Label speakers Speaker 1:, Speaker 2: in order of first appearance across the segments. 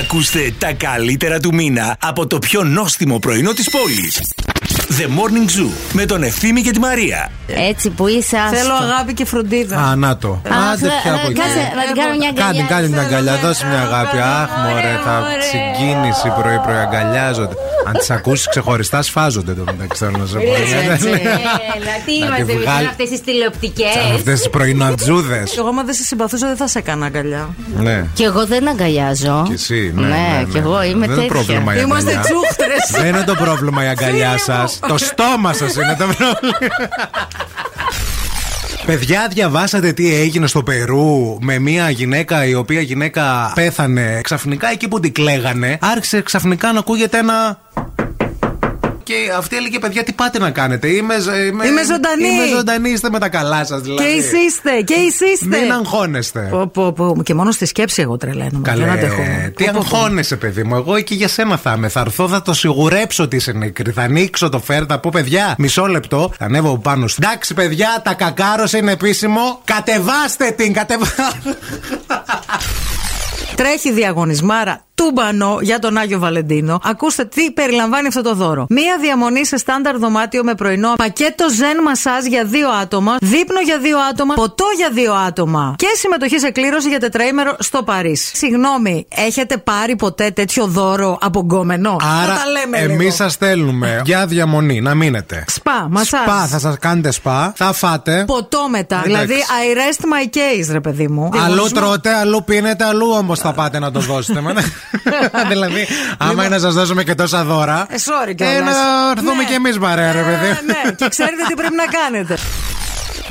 Speaker 1: Ακούστε τα καλύτερα του μήνα από το πιο νόστιμο πρωινό της πόλης. The Morning Zoo με τον Ευθύμη και τη Μαρία.
Speaker 2: Έτσι που είσαι άστο.
Speaker 3: Θέλω αγάπη και φροντίδα.
Speaker 4: Α, να το.
Speaker 2: Α,
Speaker 4: Άντε
Speaker 2: θέλω-
Speaker 4: πια από εκεί.
Speaker 2: Κάτσε, να την κάνω μια
Speaker 4: Κάντε,
Speaker 2: αγκαλιά.
Speaker 4: κάντε μια αγκαλιά, δώσε μια αγάπη.
Speaker 3: Θέλω
Speaker 4: Αχ, μωρέ, θα
Speaker 3: ωραία.
Speaker 4: συγκίνηση πρωί-πρωί, αγκαλιάζονται. Αν τις ακούσεις ξεχωριστά, σφάζονται το μεταξύ, θέλω να σε πω.
Speaker 2: Ναι, Έλα, τι
Speaker 4: Να τη
Speaker 2: είμαστε
Speaker 4: βγάλει.
Speaker 2: βγάλει... αυτές τις τηλεοπτικές.
Speaker 4: Αυτές τις πρωινατζούδε.
Speaker 3: Και εγώ, άμα δεν σε συμπαθούσα, δεν θα σε έκανα αγκαλιά.
Speaker 4: Ναι.
Speaker 2: Κι εγώ δεν αγκαλιάζω.
Speaker 4: Κι εσύ, ναι.
Speaker 2: κι εγώ είμαι
Speaker 4: Δεν είναι
Speaker 2: τέτοια.
Speaker 4: πρόβλημα η
Speaker 3: Είμαστε
Speaker 4: αγκαλιά.
Speaker 3: τσούχτρες.
Speaker 4: Δεν είναι το πρόβλημα η αγκαλιά
Speaker 3: Φίλε μου.
Speaker 4: σας. Το στόμα σας είναι το πρόβλημα. Παιδιά, διαβάσατε τι έγινε στο Περού με μια γυναίκα η οποία γυναίκα πέθανε ξαφνικά εκεί που την κλαίγανε. Άρχισε ξαφνικά να ακούγεται ένα. Και αυτή έλεγε: Παιδιά, τι πάτε να κάνετε. Είμαι, ζ-
Speaker 3: Είμαι ζωντανή.
Speaker 4: Είμαι ζωντανή, είστε με τα καλά σας δηλαδή.
Speaker 3: Και εσύ είστε, και εσύ είστε.
Speaker 4: Μην αγχώνεστε.
Speaker 3: Πω, πω, πω. Και μόνο στη σκέψη εγώ τρελαίνω.
Speaker 4: Καλέ, ε,
Speaker 3: δεν αντέχω.
Speaker 4: τι αγχώνεσαι, παιδί μου. Εγώ εκεί για σένα θα είμαι. Θα έρθω, θα το σιγουρέψω ότι είσαι νεκρή. Θα ανοίξω το φέρ, θα πω παιδιά, μισό λεπτό. Θα ανέβω από πάνω σου. Εντάξει, παιδιά, τα κακάρωσε είναι επίσημο. Κατεβάστε την, κατεβάστε.
Speaker 3: Τρέχει διαγωνισμάρα τούμπανο για τον Άγιο Βαλεντίνο. Ακούστε τι περιλαμβάνει αυτό το δώρο. Μία διαμονή σε στάνταρ δωμάτιο με πρωινό, πακέτο ζεν μασάζ για δύο άτομα, δείπνο για δύο άτομα, ποτό για δύο άτομα και συμμετοχή σε κλήρωση για τετραήμερο στο Παρίσι. Συγγνώμη, έχετε πάρει ποτέ τέτοιο δώρο από γκόμενο. Να
Speaker 4: Άρα,
Speaker 3: τα λέμε
Speaker 4: εμείς
Speaker 3: λίγο.
Speaker 4: σας στέλνουμε για διαμονή, να μείνετε.
Speaker 3: Σπα, μασάζ.
Speaker 4: Σπα, θα σας κάνετε σπα, θα φάτε.
Speaker 3: Ποτό μετά.
Speaker 4: Εντάξει.
Speaker 3: Δηλαδή, I rest my case, ρε παιδί μου.
Speaker 4: Αλλού
Speaker 3: Διαγωνισμό.
Speaker 4: τρώτε, αλλού πίνετε, αλλού όμως θα πάτε να το δώσετε. δηλαδή, άμα είναι να σας δώσουμε και τόσα δώρα.
Speaker 3: Λοιπόν. Ε, sorry
Speaker 4: ε,
Speaker 3: κιόλας.
Speaker 4: να έρθουμε
Speaker 3: Ναι.
Speaker 4: κι εμείς μπαρέα, ρε παιδί.
Speaker 3: Ε, Ναι, και ξέρετε τι πρέπει να κάνετε.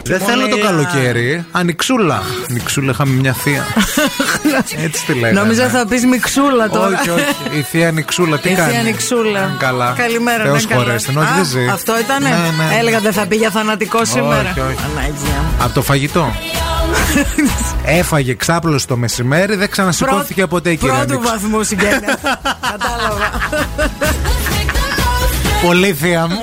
Speaker 4: Δεν θέλω το καλοκαίρι. Ανοιξούλα. Νιξούλα, είχαμε μια θεία. Έτσι τη λέγανε.
Speaker 3: Νομίζω θα πεις μιξούλα τώρα.
Speaker 4: Ναι, Όχι, όχι. Η θεία Νιξούλα, τι
Speaker 3: Η
Speaker 4: κάνει.
Speaker 3: θεία Νιξούλα.
Speaker 4: Καλά.
Speaker 3: Καλημέρα,
Speaker 4: Θεός
Speaker 3: ναι, καλά.
Speaker 4: χωρέστην, όχι,
Speaker 3: Α,
Speaker 4: δεν ζει.
Speaker 3: Αυτό ήτανε.
Speaker 4: Ναι, ναι, ναι.
Speaker 3: Έλεγα δεν θα πει για θανατικό σήμερα. ναι,
Speaker 4: όχι.
Speaker 3: Παναγία μου.
Speaker 4: Από το φαγητό. Έφαγε ξάπλωση το μεσημέρι, δεν ξανασηκώθηκε
Speaker 3: Πρώτου-
Speaker 4: ποτέ η κυρία
Speaker 3: Πρώτου
Speaker 4: Νιξούλα.
Speaker 3: βαθμού συγγένεια. Κατάλαβα.
Speaker 4: Πολύ θεία μου.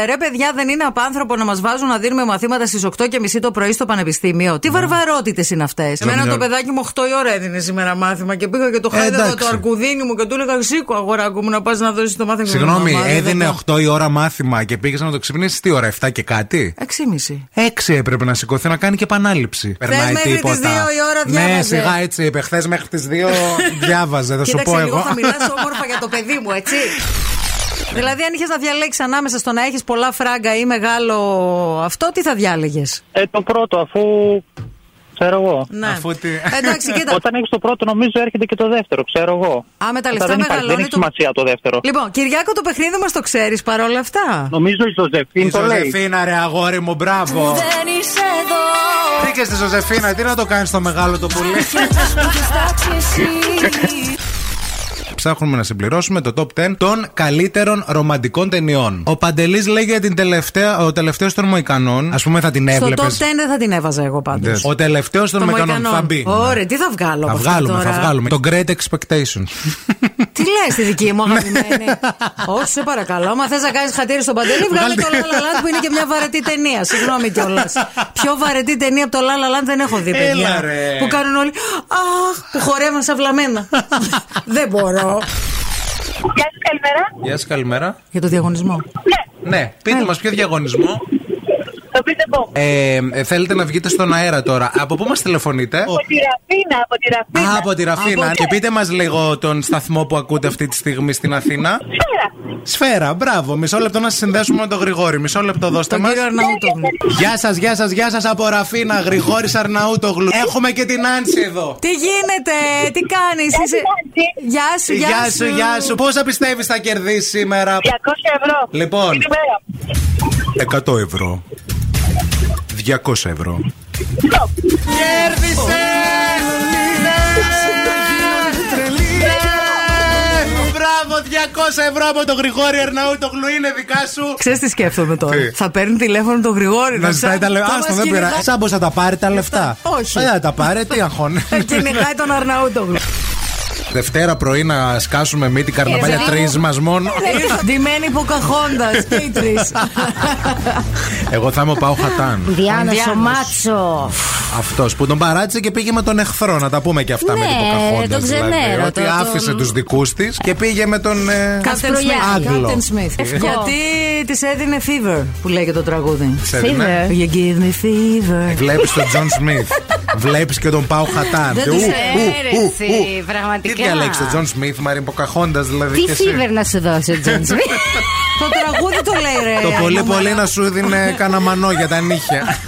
Speaker 3: Ε, ρε, παιδιά, δεν είναι απάνθρωπο να μας βάζουν να δίνουμε μαθήματα στις 8.30 το πρωί στο Πανεπιστήμιο.
Speaker 4: Ναι.
Speaker 3: Τι βαρβαρότητες είναι αυτές. Εμένα
Speaker 4: μια-
Speaker 3: το παιδάκι μου 8 η ώρα έδινε σήμερα μάθημα και πήγα και το
Speaker 4: Ε,
Speaker 3: χάιδευα
Speaker 4: εντάξει.
Speaker 3: το αρκουδίνι μου και του έλεγα Σήκω αγοράκου μου να πας να δώσεις το μάθημα.
Speaker 4: Συγγνώμη,
Speaker 3: Μαμά, δεν
Speaker 4: έδινε
Speaker 3: θα πάω».
Speaker 4: 8 η ώρα μάθημα και πήγες να το ξυπνήσεις τι ώρα, 7 και κάτι.
Speaker 3: 6.30.
Speaker 4: Έξι έπρεπε να σηκωθεί να κάνει και επανάληψη. Περνάει
Speaker 3: μέχρι τις
Speaker 4: τίποτα.
Speaker 3: δύο η ώρα
Speaker 4: Ναι,
Speaker 3: διάβαζε.
Speaker 4: σιγά έτσι είπε. Χθες μέχρι τις δύο διάβαζε, θα σου
Speaker 3: Κοίταξε
Speaker 4: πω
Speaker 3: λίγο,
Speaker 4: εγώ.
Speaker 3: θα μιλάς όμορφα για το παιδί μου, έτσι. δηλαδή, αν είχες να διαλέξεις ανάμεσα στο να έχεις πολλά φράγκα ή μεγάλο αυτό, τι θα διάλεγες.
Speaker 5: Ε, το πρώτο, αφού. ξέρω εγώ.
Speaker 3: Ναι.
Speaker 4: Αφού τι-
Speaker 3: Εντάξει, Ναι, κοίτα.
Speaker 5: Όταν έχεις το πρώτο, νομίζω έρχεται και το δεύτερο, ξέρω εγώ.
Speaker 3: Α, με τα
Speaker 5: Μετά
Speaker 3: λεφτά
Speaker 5: δεν, υπάρχει, δεν
Speaker 3: μεγαλώνει
Speaker 5: έχει
Speaker 3: το-
Speaker 5: σημασία το δεύτερο.
Speaker 3: Λοιπόν, Κυριάκο, το παιχνίδι μας το ξέρεις παρόλα αυτά.
Speaker 5: Νομίζω η Ζωζεφίν
Speaker 4: Η
Speaker 5: το λέει.
Speaker 4: Ζωζεφίνα, ρε αγόρι μου, μπράβο.
Speaker 6: Δεν είσαι εδώ
Speaker 4: Πήγε στη Ζωζεφίνα, τι να το κάνεις το μεγάλο το πουλί.
Speaker 6: Χαιρετάς που έχεις τάξει εσύ
Speaker 4: Ψάχνουμε να συμπληρώσουμε το top 10 των καλύτερων ρομαντικών ταινιών. Ο Παντελής λέει για την τελευταία, ο τελευταίος των Μοϊκανών. Ας πούμε θα την
Speaker 3: Στο top
Speaker 4: έβλεπες.
Speaker 3: 10 δεν θα την έβαζα εγώ πάντως.
Speaker 4: Ο τελευταίος των Μοϊκανών θα μπει.
Speaker 3: Ωραία, τι θα βγάλω.
Speaker 4: Θα
Speaker 3: από αυτά
Speaker 4: βγάλουμε,
Speaker 3: τώρα.
Speaker 4: θα βγάλουμε. Το Great Expectations.
Speaker 3: Τι λε, τη δική μου αγαπημένη. Όχι, σε παρακαλώ. Άμα θες να κάνεις χατήρι στον παντελή, βγάλε το La La Land που είναι και μια βαρετή ταινία. Συγγνώμη κιόλας. Πιο βαρετή ταινία από το La La Land δεν έχω δει,
Speaker 4: Έλα,
Speaker 3: παιδιά.
Speaker 4: ρε.
Speaker 3: Που κάνουν όλοι. Αχ, που χορεύουν σαυλαμένα. Δεν μπορώ.
Speaker 7: Γεια σας, καλημέρα.
Speaker 4: Γεια σας, καλημέρα.
Speaker 3: Για το διαγωνισμό.
Speaker 7: Ναι,
Speaker 4: Ναι, πείτε μας ποιο διαγωνισμό.
Speaker 7: το πείτε πω.
Speaker 4: Ε, ε, θέλετε να βγείτε στον αέρα τώρα. Από πού μας τηλεφωνείτε,
Speaker 7: Από τη Ραφίνα, από τη Ραφίνα.
Speaker 4: Α, από τη Ραφίνα. Και πείτε μας λίγο τον σταθμό που ακούτε αυτή τη στιγμή στην Αθήνα.
Speaker 7: Σφαίρα.
Speaker 4: Σφαίρα, μπράβο. Μισό λεπτό να σας συνδέσουμε με τον Γρηγόρη. Μισό λεπτό, δώστε
Speaker 3: Τον
Speaker 4: μας.
Speaker 3: κύριο Αρναούτογλου.
Speaker 4: Γεια σας, γεια σας, γεια σας από Ραφίνα, Γρηγόρης Αρναούτογλου. Έχουμε και την Άνση εδώ.
Speaker 3: Τι γίνεται, τι κάνεις, είσαι. Γεια σου,
Speaker 4: Γεια σου, γεια σου. Πόσα πιστεύεις θα κερδίσεις σήμερα,
Speaker 7: 200 ευρώ.
Speaker 4: Λοιπόν.
Speaker 7: Καλημέρα.
Speaker 4: 100 ευρώ. 200 ευρώ. Κέρδισε! Μπράβο, 200 ευρώ από τον Γρηγόρη Ερναούτογλου είναι δικά σου.
Speaker 3: Ξέρεις τι σκέφτομαι τώρα.
Speaker 4: Τι?
Speaker 3: Θα παίρνει τηλέφωνο τον Γρηγόρη.
Speaker 4: Να ζητάει τα λεφτά.
Speaker 3: θα
Speaker 4: Άστο,
Speaker 3: μας
Speaker 4: δεν πειράζει.
Speaker 3: κυνηγάει-
Speaker 4: Σαν πως θα τα πάρει τα λεφτά.
Speaker 3: Όχι.
Speaker 4: Ε, Δεν θα τα πάρει, τι αγχώνε.
Speaker 3: Θα κυνηγάει τον Αρναούτογλου.
Speaker 4: Δευτέρα πρωί να σκάσουμε μύτη καρναβάλια
Speaker 3: Ζελίγου.
Speaker 4: τρει μας μόνο.
Speaker 3: Ντυμένη ποκαχόντα και οι τρει.
Speaker 4: Εγώ θα είμαι ο Πάου Χατάν.
Speaker 2: Διάνο ο
Speaker 3: Διάνος.
Speaker 2: Μάτσο.
Speaker 4: Αυτός που τον παράτησε και πήγε με τον εχθρό, να τα πούμε και αυτά με
Speaker 2: Ναι,
Speaker 4: την Ποκαχόντας,
Speaker 2: τον
Speaker 4: δηλαδή,
Speaker 2: ξενέρωτο,
Speaker 4: Ότι
Speaker 2: τον-
Speaker 4: άφησε τους δικούς της και πήγε με τον. ε,
Speaker 3: Captain
Speaker 2: Ασπρουλιά.
Speaker 3: Smith.
Speaker 4: Άγγλο.
Speaker 3: Captain Smith.
Speaker 2: Ευχό.
Speaker 3: Γιατί της έδινε fever που λέγεται το τραγούδι.
Speaker 4: ξέρει,
Speaker 2: Fever.
Speaker 4: ναι.
Speaker 2: Ε.
Speaker 3: You give me fever.
Speaker 4: Βλέπεις τον Τζον Σμιθ. Βλέπεις και τον Πάου Χατάν.
Speaker 3: Δεν
Speaker 4: Και
Speaker 3: τους
Speaker 4: ου, ου,
Speaker 2: ξέρεις,
Speaker 4: ου, ου.
Speaker 2: εσύ, πραγματικά.
Speaker 4: Τι διαλέξει τον Τζον Σμιθ, Μαρή Ποκαχόντα δηλαδή.
Speaker 2: Τι
Speaker 4: και εσύ.
Speaker 2: φίβερ να σου δώσει ο Τζον Σμιθ.
Speaker 3: το τραγούδι το λέει ρε.
Speaker 4: Το πολύ
Speaker 3: Άγγλο.
Speaker 4: πολύ να σου δίνει κανένα μανό για τα νύχια.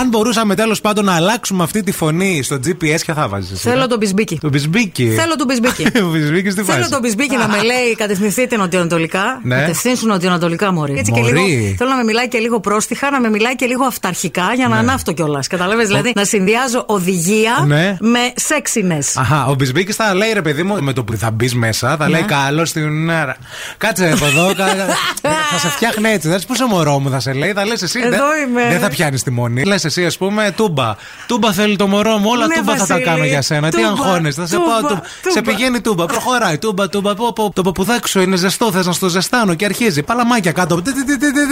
Speaker 4: Αν μπορούσαμε τέλος πάντων να αλλάξουμε αυτή τη φωνή στο GPS, ποια θα βάζεις.
Speaker 3: Θέλω τον Μπισμπίκι.
Speaker 4: Το μπισμπίκι.
Speaker 3: Θέλω τον Μπισμπίκι.
Speaker 4: Ο μπισμπίκι στη φάση.
Speaker 3: Θέλω τον Μπισμπίκι να με λέει κατευθυνθείτε νοτιοανατολικά.
Speaker 4: Ναι.
Speaker 3: Κατευθύνσου νοτιοανατολικά, Μωρή. Έτσι και
Speaker 4: Μωρή.
Speaker 3: λίγο, θέλω να με μιλάει και λίγο πρόστιχα, να με μιλάει και λίγο αυταρχικά για να ανάφτω κιόλας. Καταλαβες δηλαδή να συνδυάζω οδηγία
Speaker 4: Ναι.
Speaker 3: με σεξινε.
Speaker 4: Αχα, ο Μπισμπίκης θα λέει ρε παιδί μου, με το που θα μπεις μέσα, θα λέει
Speaker 3: Ναι.
Speaker 4: καλώ την ώρα. Κάτσε από εδώ, κα- θα σε φτιάχνει έτσι. Δεν πόσο μωρό μου θα σε λέει, θα λες εσύ.
Speaker 3: Εδώ
Speaker 4: δεν,
Speaker 3: είμαι.
Speaker 4: δεν θα πιάνεις τη μονή. Λες εσύ, ας πούμε, τούμπα. Τούμπα θέλει το μωρό μου, όλα
Speaker 3: Ναι,
Speaker 4: τούμπα θα τα
Speaker 3: Βασίλη,
Speaker 4: κάνω για σένα. Τι
Speaker 3: τούμπα,
Speaker 4: αγχώνεσαι, θα σε
Speaker 3: τούμπα,
Speaker 4: πάω. τούμπα.
Speaker 3: τούμπα.
Speaker 4: Σε πηγαίνει τούμπα, προχωράει τούμπα, τούμπα. Πω, πω, το παπουδάξιο είναι ζεστό, θες να στο ζεστάνω και αρχίζει. Παλαμάκια κάτω. Τι, τι, τι, τι, τι, τι.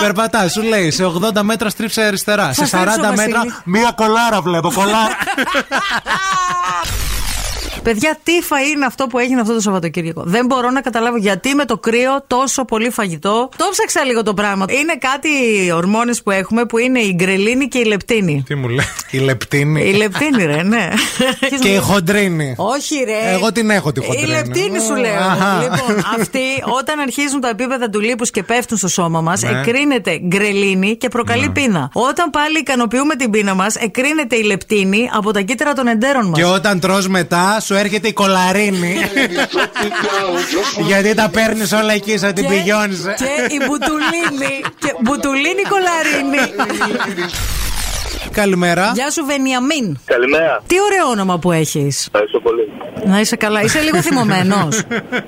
Speaker 4: Περπατάς, σου λέει σε 80 μέτρα στρίψε αριστερά. Σε
Speaker 3: Θα
Speaker 4: 40
Speaker 3: στρίψω,
Speaker 4: μέτρα
Speaker 3: Βασίλη.
Speaker 4: μία κολάρα βλέπω, κολάρα.
Speaker 3: Παιδιά, τι φα είναι αυτό που έγινε αυτό το Σαββατοκύριακο. Δεν μπορώ να καταλάβω γιατί με το κρύο τόσο πολύ φαγητό. Το ψάξα λίγο το πράγμα. Είναι κάτι ορμόνες που έχουμε που είναι η γκρελίνη και η λεπτίνη.
Speaker 4: Τι μου λέει. Η λεπτίνη.
Speaker 3: η λεπτίνη, ρε, ναι.
Speaker 4: Και η χοντρίνη.
Speaker 3: Όχι, ρε.
Speaker 4: Εγώ την έχω τη χοντρίνη.
Speaker 3: Η λεπτίνη σου λέω.
Speaker 4: Αχα.
Speaker 3: Λοιπόν, αυτή όταν αρχίζουν τα επίπεδα του λίπους και πέφτουν στο σώμα μας,
Speaker 4: Ναι.
Speaker 3: εκρίνεται γκρελίνη και προκαλεί πείνα. Όταν πάλι ικανοποιούμε την πείνα μας, εκρίνεται η λεπτίνη από τα κύτταρα των εντέρων μας.
Speaker 4: Και όταν τρως μετά σου έρχεται η κολαρίνη. Γιατί τα παίρνεις όλα εκεί σαν την ε. πηγιώνεις.
Speaker 3: και η μπουτουλίνη. και μπουτουλίνη κολαρίνη.
Speaker 4: Καλημέρα.
Speaker 3: Γεια σου, Βενιαμίν.
Speaker 5: Καλημέρα.
Speaker 3: Τι ωραίο όνομα που έχει.
Speaker 5: Ευχαριστώ πολύ.
Speaker 3: Να είσαι καλά. Είσαι λίγο θυμωμένο.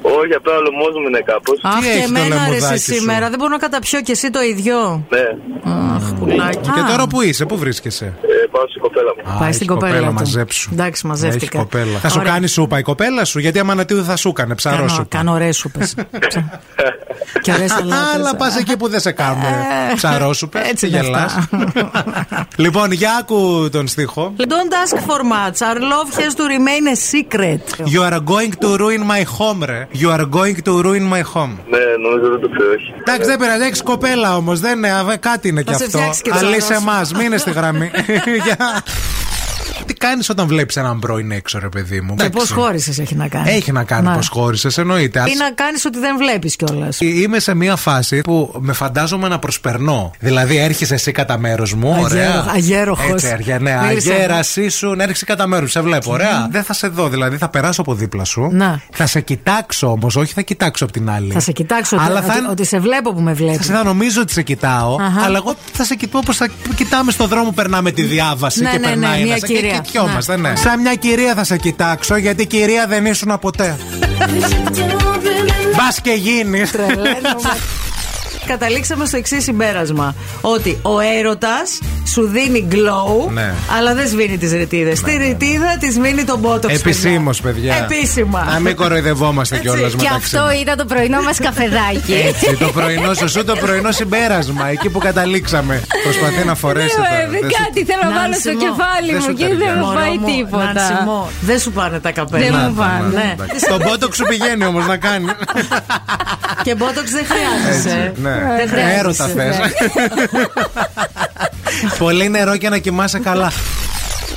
Speaker 5: Όχι, απλά ο λαιμό μου είναι κάπω.
Speaker 3: Αχ, και
Speaker 4: έχει το
Speaker 3: εμένα ρε,
Speaker 4: λαιμουδάκι
Speaker 3: εσύ
Speaker 4: σου?
Speaker 3: σήμερα. Δεν μπορώ να καταπιώ και εσύ το ίδιο.
Speaker 5: Ναι,
Speaker 3: Αχ, πουλάκι.
Speaker 4: Και
Speaker 3: Α.
Speaker 4: τώρα που είσαι, πού βρίσκεσαι.
Speaker 5: ε, πάω στην κοπέλα μου.
Speaker 3: Πάει
Speaker 4: Α,
Speaker 3: στην
Speaker 4: έχει
Speaker 3: κοπέλα του.
Speaker 4: μαζέψου.
Speaker 3: Εντάξει, μαζεύτηκα.
Speaker 4: Έχει κοπέλα. Θα σου
Speaker 3: Ωραία.
Speaker 4: κάνει σούπα η κοπέλα σου, γιατί άμα να τι δεν θα σου έκανε, ψαρό
Speaker 3: Κάνω,
Speaker 4: σου.
Speaker 3: κάνω ωραίες σούπες. και ωραίες σαλάτες.
Speaker 4: Αλλά πας εκεί που δεν σε κάνουμε. Ψαρό σου, πες,
Speaker 3: Ε, έτσι
Speaker 4: τι
Speaker 3: είναι
Speaker 4: γελάς.
Speaker 3: αυτά.
Speaker 4: Λοιπόν, για άκου τον στίχο.
Speaker 3: Don't ask for much. Our love has to remain a secret.
Speaker 4: You are going to ruin my home, ρε. You are going to ruin my home.
Speaker 5: Ναι, νομίζω δεν το ξέρω, όχι.
Speaker 4: Εντάξει, δεν πειράζει, έχεις κοπέλα όμως. Δεν είναι, αβε, κάτι είναι κι
Speaker 3: σε
Speaker 4: αυτό.
Speaker 3: φτιάξει και το
Speaker 4: Αλλά
Speaker 3: σαρός.
Speaker 4: σε εμά, μείνε στη γραμμή. Γεια. Τι κάνεις όταν βλέπεις έναν πρώην έξω, ρε παιδί μου.
Speaker 3: Και
Speaker 4: Εντάξει.
Speaker 3: πώς χώρισες έχει να κάνεις.
Speaker 4: Έχει να κάνει
Speaker 3: Ναι.
Speaker 4: πώς χώρισες, εννοείται.
Speaker 3: Ή
Speaker 4: Ας-
Speaker 3: να κάνεις ότι δεν βλέπεις κιόλας.
Speaker 4: Ε, Είμαι σε μια φάση που με φαντάζομαι να προσπερνώ. Δηλαδή, έρχεσαι εσύ κατά μέρος μου.
Speaker 3: Αγέρο-
Speaker 4: Ωραία.
Speaker 3: αγέροχος.
Speaker 4: Έτσι, αργέ- ναι,
Speaker 3: Μίλησε.
Speaker 4: αγέρασή σου, να έρχεσαι κατά μέρος. Σε βλέπω,
Speaker 3: Ναι.
Speaker 4: ωραία. Δεν θα σε δω, δηλαδή θα περάσω από δίπλα σου.
Speaker 3: Να.
Speaker 4: Θα σε κοιτάξω όμως, όχι θα κοιτάξω από την άλλη.
Speaker 3: Ναι. Θα σε κοιτάξω
Speaker 4: Αλλά
Speaker 3: ότι,
Speaker 4: θα,
Speaker 3: ότι, ότι σε βλέπω που με
Speaker 4: θα
Speaker 3: βλέπεις.
Speaker 4: σε- θα νομίζω ότι σε κοιτάω,
Speaker 3: Αχα.
Speaker 4: αλλά εγώ θα σε κοιτάω όπως θα κοιτάμε στον δρόμο, περνάμε τη διάβαση
Speaker 3: Ναι,
Speaker 4: και
Speaker 3: ναι, ναι,
Speaker 4: περνάει
Speaker 3: μια
Speaker 4: ένας και
Speaker 3: κυρία.
Speaker 4: κοιτιόμαστε,
Speaker 3: Ναι.
Speaker 4: ναι. Σαν μια κυρία θα σε κοιτάξω, γιατί κυρία δεν ήσουν ποτέ.
Speaker 3: Ναι.
Speaker 4: Μπας και γίνεις.
Speaker 3: Καταλήξαμε στο εξής συμπέρασμα. Ότι ο έρωτας σου δίνει glow,
Speaker 4: Ναι.
Speaker 3: αλλά δεν σβήνει τις ρητίδες. Τη ρητίδα της μείνει τον πότο
Speaker 4: Επισήμως, παιδιά.
Speaker 3: Επίσημα.
Speaker 4: Να μην κοροϊδευόμαστε
Speaker 3: Έτσι.
Speaker 4: κιόλας μεταξύ
Speaker 2: Και αυτό
Speaker 4: μας. Ε,
Speaker 2: ήταν το πρωινό μας καφεδάκι.
Speaker 4: Έτσι, το πρωινό σου, σου το πρωινό συμπέρασμα, εκεί που καταλήξαμε. Προσπαθεί να φορέσει.
Speaker 2: Ναι,
Speaker 4: τα-
Speaker 2: ε,
Speaker 4: δεν σου-
Speaker 2: Κάτι θέλω να
Speaker 3: Να
Speaker 2: βάλω στο
Speaker 3: ανησυχώ.
Speaker 2: κεφάλι
Speaker 4: Δεν σου
Speaker 2: μου και δεν
Speaker 4: ταιριάζει.
Speaker 2: μου πάει τίποτα.
Speaker 3: Νανσιμό. Δεν σου πάνε τα καπέλα.
Speaker 2: Δεν
Speaker 4: Να,
Speaker 2: μου
Speaker 4: να, να,
Speaker 2: πάνε.
Speaker 4: ναι. Στον πότοξ σου πηγαίνει όμως να κάνει.
Speaker 3: Και μπότοξ δεν χρειάζεσαι.
Speaker 4: Έτσι, ναι.
Speaker 3: Δεν χρειάζεσαι.
Speaker 4: Έρωτα θες.
Speaker 3: Ναι.
Speaker 4: Πολύ νερό και να κοιμάσαι καλά.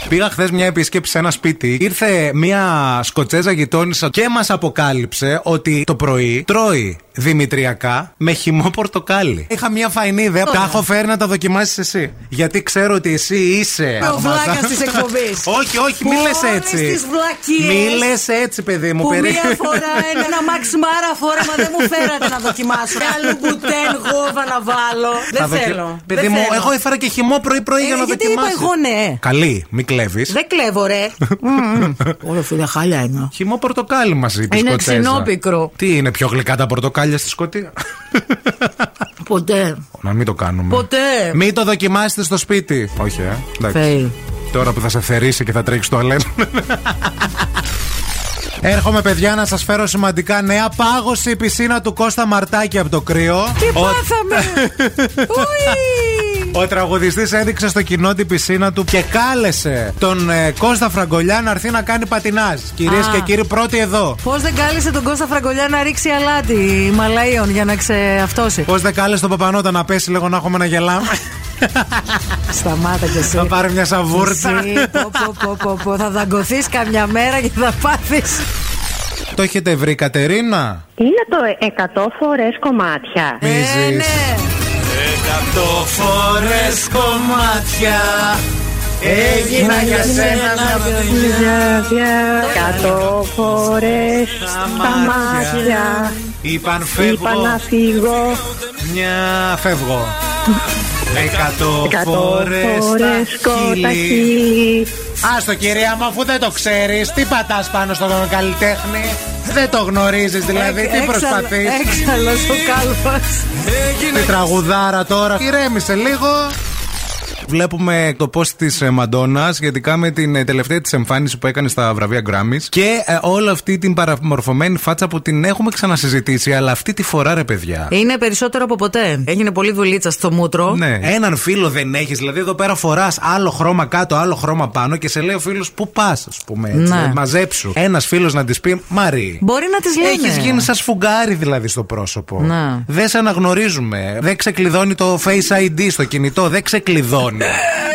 Speaker 4: Πήγα χθες μια επίσκεψη σε ένα σπίτι. Ήρθε μια σκοτσέζα γειτόνισσα και μας αποκάλυψε ότι το πρωί τρώει δημητριακά με χυμό πορτοκάλι. Είχα μια φαϊνή ιδέα. Τα έχω φέρει να τα δοκιμάσεις εσύ. Γιατί ξέρω ότι εσύ είσαι.
Speaker 3: Ο βλάκας της εκπομπής.
Speaker 4: όχι, όχι,
Speaker 3: Που
Speaker 4: μη λες
Speaker 3: όλες
Speaker 4: έτσι.
Speaker 3: τις βλακίες
Speaker 4: Μη λες έτσι, παιδί μου.
Speaker 3: Που
Speaker 4: περί-
Speaker 3: μία φορά ένα, ένα Max Mara φόρεμα δεν μου φέρατε να δοκιμάσω. Ένα λουμπουτέν Ε, γόβα να βάλω.
Speaker 4: Θα
Speaker 3: Δεν
Speaker 4: δοκι-
Speaker 3: θέλω.
Speaker 4: Παιδί
Speaker 3: Δεν
Speaker 4: μου,
Speaker 3: θέλω.
Speaker 4: εγώ έφερα και χυμό πρωί-πρωί για
Speaker 3: Ε,
Speaker 4: να
Speaker 3: γιατί
Speaker 4: δοκιμάσει.
Speaker 3: είπα εγώ ναι.
Speaker 4: Καλή, μην κλέβεις.
Speaker 3: Δεν κλέβω, ρε. Μμμ. Όλα φίλε, χάλια είναι.
Speaker 4: Χυμό πορτοκάλι μας είπε. η
Speaker 3: Είναι
Speaker 4: Σκοτσέζα.
Speaker 3: ξινόπικρο.
Speaker 4: Τι είναι πιο γλυκά τα πορτοκάλια στη Σκωτία.
Speaker 3: Ποτέ.
Speaker 4: να μην το κάνουμε.
Speaker 3: Ποτέ.
Speaker 4: Μην το δοκιμάσετε στο σπίτι. Όχι, ε. Εντάξει.
Speaker 3: Fail.
Speaker 4: Τώρα που θα σε θερήσει και θα τρέξει το αλέν. Έρχομαι, παιδιά, να σας φέρω σημαντικά νέα. Πάγωσε η πισίνα του Κώστα Μαρτάκη από το κρύο.
Speaker 3: Τι
Speaker 4: Ο-
Speaker 3: πάθαμε. Ουι.
Speaker 4: Ο τραγουδιστής έδειξε στο κοινό την πισίνα του και κάλεσε τον ε, Κώστα Φραγκολιά να έρθει να κάνει πατινάζ. Κυρίες
Speaker 3: Α.
Speaker 4: και κύριοι, πρώτοι εδώ.
Speaker 3: Πώς δεν κάλεσε τον Κώστα Φραγκολιά να ρίξει αλάτι μαλαίων για να ξεαυτώσει.
Speaker 4: Πώς δεν κάλεσε τον Παπανότα να πέσει λίγο να έχουμε να γελάμε.
Speaker 3: Σταμάτα κι εσύ.
Speaker 4: Θα πάρει μια σαβούρτσα.
Speaker 3: Εσύ, πω, πω, πω, πω, πω. Θα δαγκωθείς καμιά μέρα και θα πάθεις.
Speaker 4: Το έχετε βρει, Κατερίνα.
Speaker 8: Είναι το 100 φορές κομμάτια.
Speaker 3: Ε,
Speaker 4: Μίζεις.
Speaker 3: ναι.
Speaker 4: Εκατό φορέ κομμάτια έγινα για σένα
Speaker 8: Εκατό φορές στα μάτια
Speaker 4: Είπαν
Speaker 8: είπα
Speaker 4: φεύγω,
Speaker 8: να φύγω
Speaker 4: μια φεύγω. Εκατό
Speaker 8: εκατό
Speaker 4: φορέ
Speaker 8: φορές
Speaker 4: τα
Speaker 8: κότα
Speaker 4: χείλη.
Speaker 8: χείλη.
Speaker 4: Άστο κυρία μου, αφού δεν το ξέρεις, τι πατάς πάνω στον καλλιτέχνη. Δεν το γνωρίζεις
Speaker 3: Ε,
Speaker 4: δηλαδή, τι προσπαθείς.
Speaker 3: Έξαλλο ο κάλπος.
Speaker 4: Τη τραγουδάρα τώρα. Ηρέμησε λίγο. Βλέπουμε το post της Μαντόνα σχετικά με την ε, τελευταία της εμφάνιση που έκανε στα βραβεία Grammys και ε, όλη αυτή την παραμορφωμένη φάτσα που την έχουμε ξανασυζητήσει, αλλά αυτή τη φορά ρε παιδιά.
Speaker 3: Είναι περισσότερο από ποτέ. Έγινε πολύ δουλίτσα στο μούτρο.
Speaker 4: Ναι. Έναν φίλο δεν έχεις, δηλαδή εδώ πέρα φοράς άλλο χρώμα κάτω, άλλο χρώμα πάνω και σε λέει ο φίλος που πας, ας πούμε. Έτσι,
Speaker 3: Ναι.
Speaker 4: Μαζέψου. Ένας φίλος να της πει Μαρή.
Speaker 3: Μπορεί να της λένε.
Speaker 4: Έχεις γίνει σαν σφουγγάρι δηλαδή στο πρόσωπο.
Speaker 2: Ναι.
Speaker 3: Να.
Speaker 4: Δεν σε αναγνωρίζουμε. Δεν ξεκλειδώνει το Face ID στο κινητό. Δεν ξεκλειδώνει.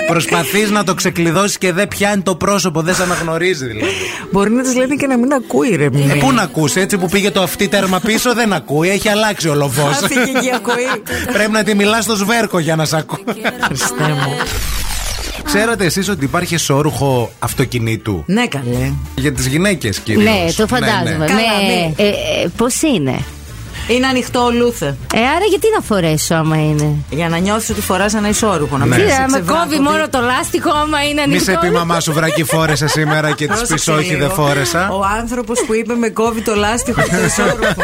Speaker 4: Προσπαθείς να το ξεκλειδώσεις και δεν πιάνει το πρόσωπο. Δεν σε αναγνωρίζει δηλαδή.
Speaker 3: Μπορεί να της λένε και να μην ακούει, ρε
Speaker 4: ε,
Speaker 2: Ναι.
Speaker 3: μία.
Speaker 4: πού να ακούσει, έτσι που πήγε το αυτή τέρμα πίσω, δεν ακούει. Έχει αλλάξει ο λοβός.
Speaker 3: Χάθηκε και η ακοή.
Speaker 4: Πρέπει να τη μιλάς στο σβέρκο για να σε ακούει.
Speaker 3: Χριστέ μου.
Speaker 4: Ξέρατε εσείς ότι υπάρχει εσόρουχο αυτοκινήτου.
Speaker 3: Ναι, καλέ.
Speaker 4: Για τις γυναίκες κυρίω.
Speaker 2: Ναι, το φαντάζομαι.
Speaker 3: Καλά, ναι.
Speaker 2: Ε, ε, Πώς είναι.
Speaker 3: Είναι ανοιχτό λούθε.
Speaker 2: Ε, άρα γιατί να φορέσω άμα είναι.
Speaker 3: Για να νιώσει ότι φοράς ένα ισόρουχο. Να
Speaker 4: Ναι.
Speaker 3: μην
Speaker 2: Τι,
Speaker 3: είσαι
Speaker 2: να με
Speaker 3: ξεβράκωτη.
Speaker 2: κόβει μόνο το λάστιχο άμα είναι
Speaker 4: Μη
Speaker 2: ανοιχτό.
Speaker 4: σε πει μαμά σου βράκι φόρεσα σήμερα και τη
Speaker 3: Πρόσεξε
Speaker 4: πει όχι
Speaker 3: λίγο.
Speaker 4: δεν φόρεσα.
Speaker 3: Ο άνθρωπος που είπε με κόβει το λάστιχο στο ισόρουχο.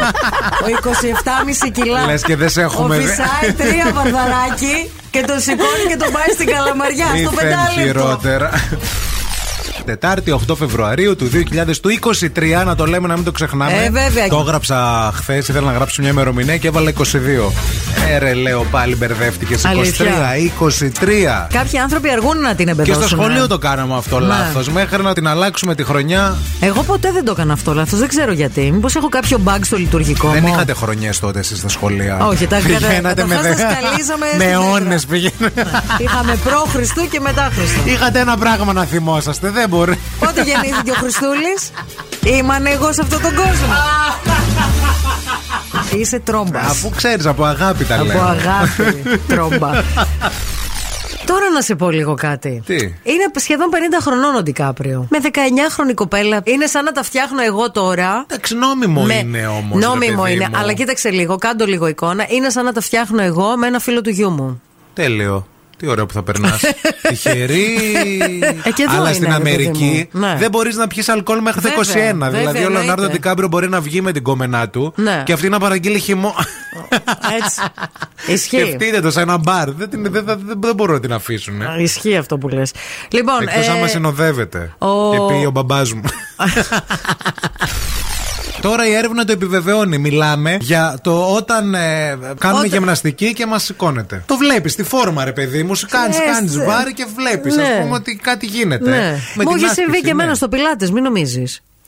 Speaker 3: Ο 27,5 κιλά.
Speaker 4: Λες και δεν σε έχουμε
Speaker 3: Ο
Speaker 4: δει.
Speaker 3: φυσάει τρία βαρδαράκι και τον σηκώνει και τον πάει στην καλαμαριά.
Speaker 4: Μη
Speaker 3: στο
Speaker 4: φαίνεις
Speaker 3: πεντάλεπτο.
Speaker 4: χειρότερα. Τετάρτη 8 Φεβρουαρίου του 2023, να το λέμε να μην το ξεχνάμε.
Speaker 3: Ε, βέβαια.
Speaker 4: Το έγραψα χθες, ήθελα να γράψω μια ημερομηνία και έβαλα 22. Έρε, λέω πάλι μπερδεύτηκες. 23,
Speaker 3: Αλήθεια.
Speaker 4: 23.
Speaker 3: Κάποιοι άνθρωποι αργούν να την
Speaker 4: Και
Speaker 3: εμπεδώσουν.
Speaker 4: στο σχολείο
Speaker 3: ε.
Speaker 4: το κάναμε αυτό λάθος. Μέχρι να την αλλάξουμε τη χρονιά.
Speaker 3: Εγώ ποτέ δεν το έκανα αυτό λάθος. Δεν ξέρω γιατί. Μήπως έχω κάποιο μπαγκ στο λειτουργικό
Speaker 4: Δεν
Speaker 3: μου.
Speaker 4: είχατε χρονιές τότε εσείς στα σχολεία.
Speaker 3: Όχι, τα-
Speaker 4: Πηγαίνατε με
Speaker 3: καταρχάς τα σκαλίζαμε
Speaker 4: με
Speaker 3: στην έδρα.
Speaker 4: αιώνες πηγαίνατε.
Speaker 3: Είχαμε προ Χριστού και μετά Χριστού.
Speaker 4: Είχατε ένα πράγμα να θυμόσαστε. Δεν μπορεί.
Speaker 3: Πότε γεννήθηκε ο Χριστούλης, Ήμανε εγώ σε αυτόν τον κόσμο. Είσαι τρόμπας.
Speaker 4: Αφού ξέρεις από αγάπη τα λέμε.
Speaker 3: Από αγάπη, τρόμπα. Τώρα να σε πω λίγο κάτι.
Speaker 4: Τι?
Speaker 3: Είναι σχεδόν 50 χρονών ο Ντικάπριο. Με 19χρονη κοπέλα. Είναι σαν να τα φτιάχνω εγώ τώρα.
Speaker 4: Εντάξει, νόμιμο
Speaker 3: με...
Speaker 4: είναι όμως.
Speaker 3: Ναι, Νόμιμο είναι. Αλλά κοίταξε λίγο, κάντο λίγο εικόνα. Είναι σαν να τα φτιάχνω εγώ με ένα φίλο του γιού μου.
Speaker 4: Τέλειο. Τι ωραίο που θα περνάς. Τυχερή.
Speaker 3: Ε, και εδώ
Speaker 4: Αλλά
Speaker 3: είναι,
Speaker 4: στην
Speaker 3: ρε
Speaker 4: Αμερική
Speaker 3: παιδί μου. Ναι.
Speaker 4: δεν μπορείς να πιεις αλκοόλ μέχρι τα 21.
Speaker 3: Βέβαια, βέβαια,
Speaker 4: δηλαδή ο Λεωνάρντο
Speaker 3: εννοείται.
Speaker 4: Ντικάμπριο μπορεί να βγει με την κόμενά του
Speaker 3: Ναι.
Speaker 4: και αυτή να παραγγείλει χυμό.
Speaker 3: Έτσι. Ε, Ισχύει.
Speaker 4: Σκεφτείτε το σε ένα μπαρ. Δεν, την- δεν, θα- δεν, δεν μπορούν να την αφήσουν. ε.
Speaker 3: Α, Ισχύει αυτό που λες. Λοιπόν.
Speaker 4: Εκτός
Speaker 3: ε,
Speaker 4: άμα συνοδεύεται.
Speaker 3: ο-
Speaker 4: Και πει ο μπαμπάς μου. Τώρα η έρευνα το επιβεβαιώνει. Μιλάμε για το όταν ε, κάνουμε
Speaker 3: Όταν-
Speaker 4: γυμναστική και μας σηκώνεται. Το βλέπεις τη φόρμα, ρε παιδί μου. Σου κάνεις
Speaker 3: Ξέρεις,
Speaker 4: κάνεις
Speaker 3: ε,
Speaker 4: βάρη και βλέπεις.
Speaker 3: ναι.
Speaker 4: Α πούμε ότι κάτι γίνεται.
Speaker 3: Ναι.
Speaker 4: Με
Speaker 3: Μου
Speaker 4: την
Speaker 3: είχε
Speaker 4: άσκηση,
Speaker 3: συμβεί και
Speaker 4: ναι.
Speaker 3: εμένα στο πιλάτες, μην νομίζεις.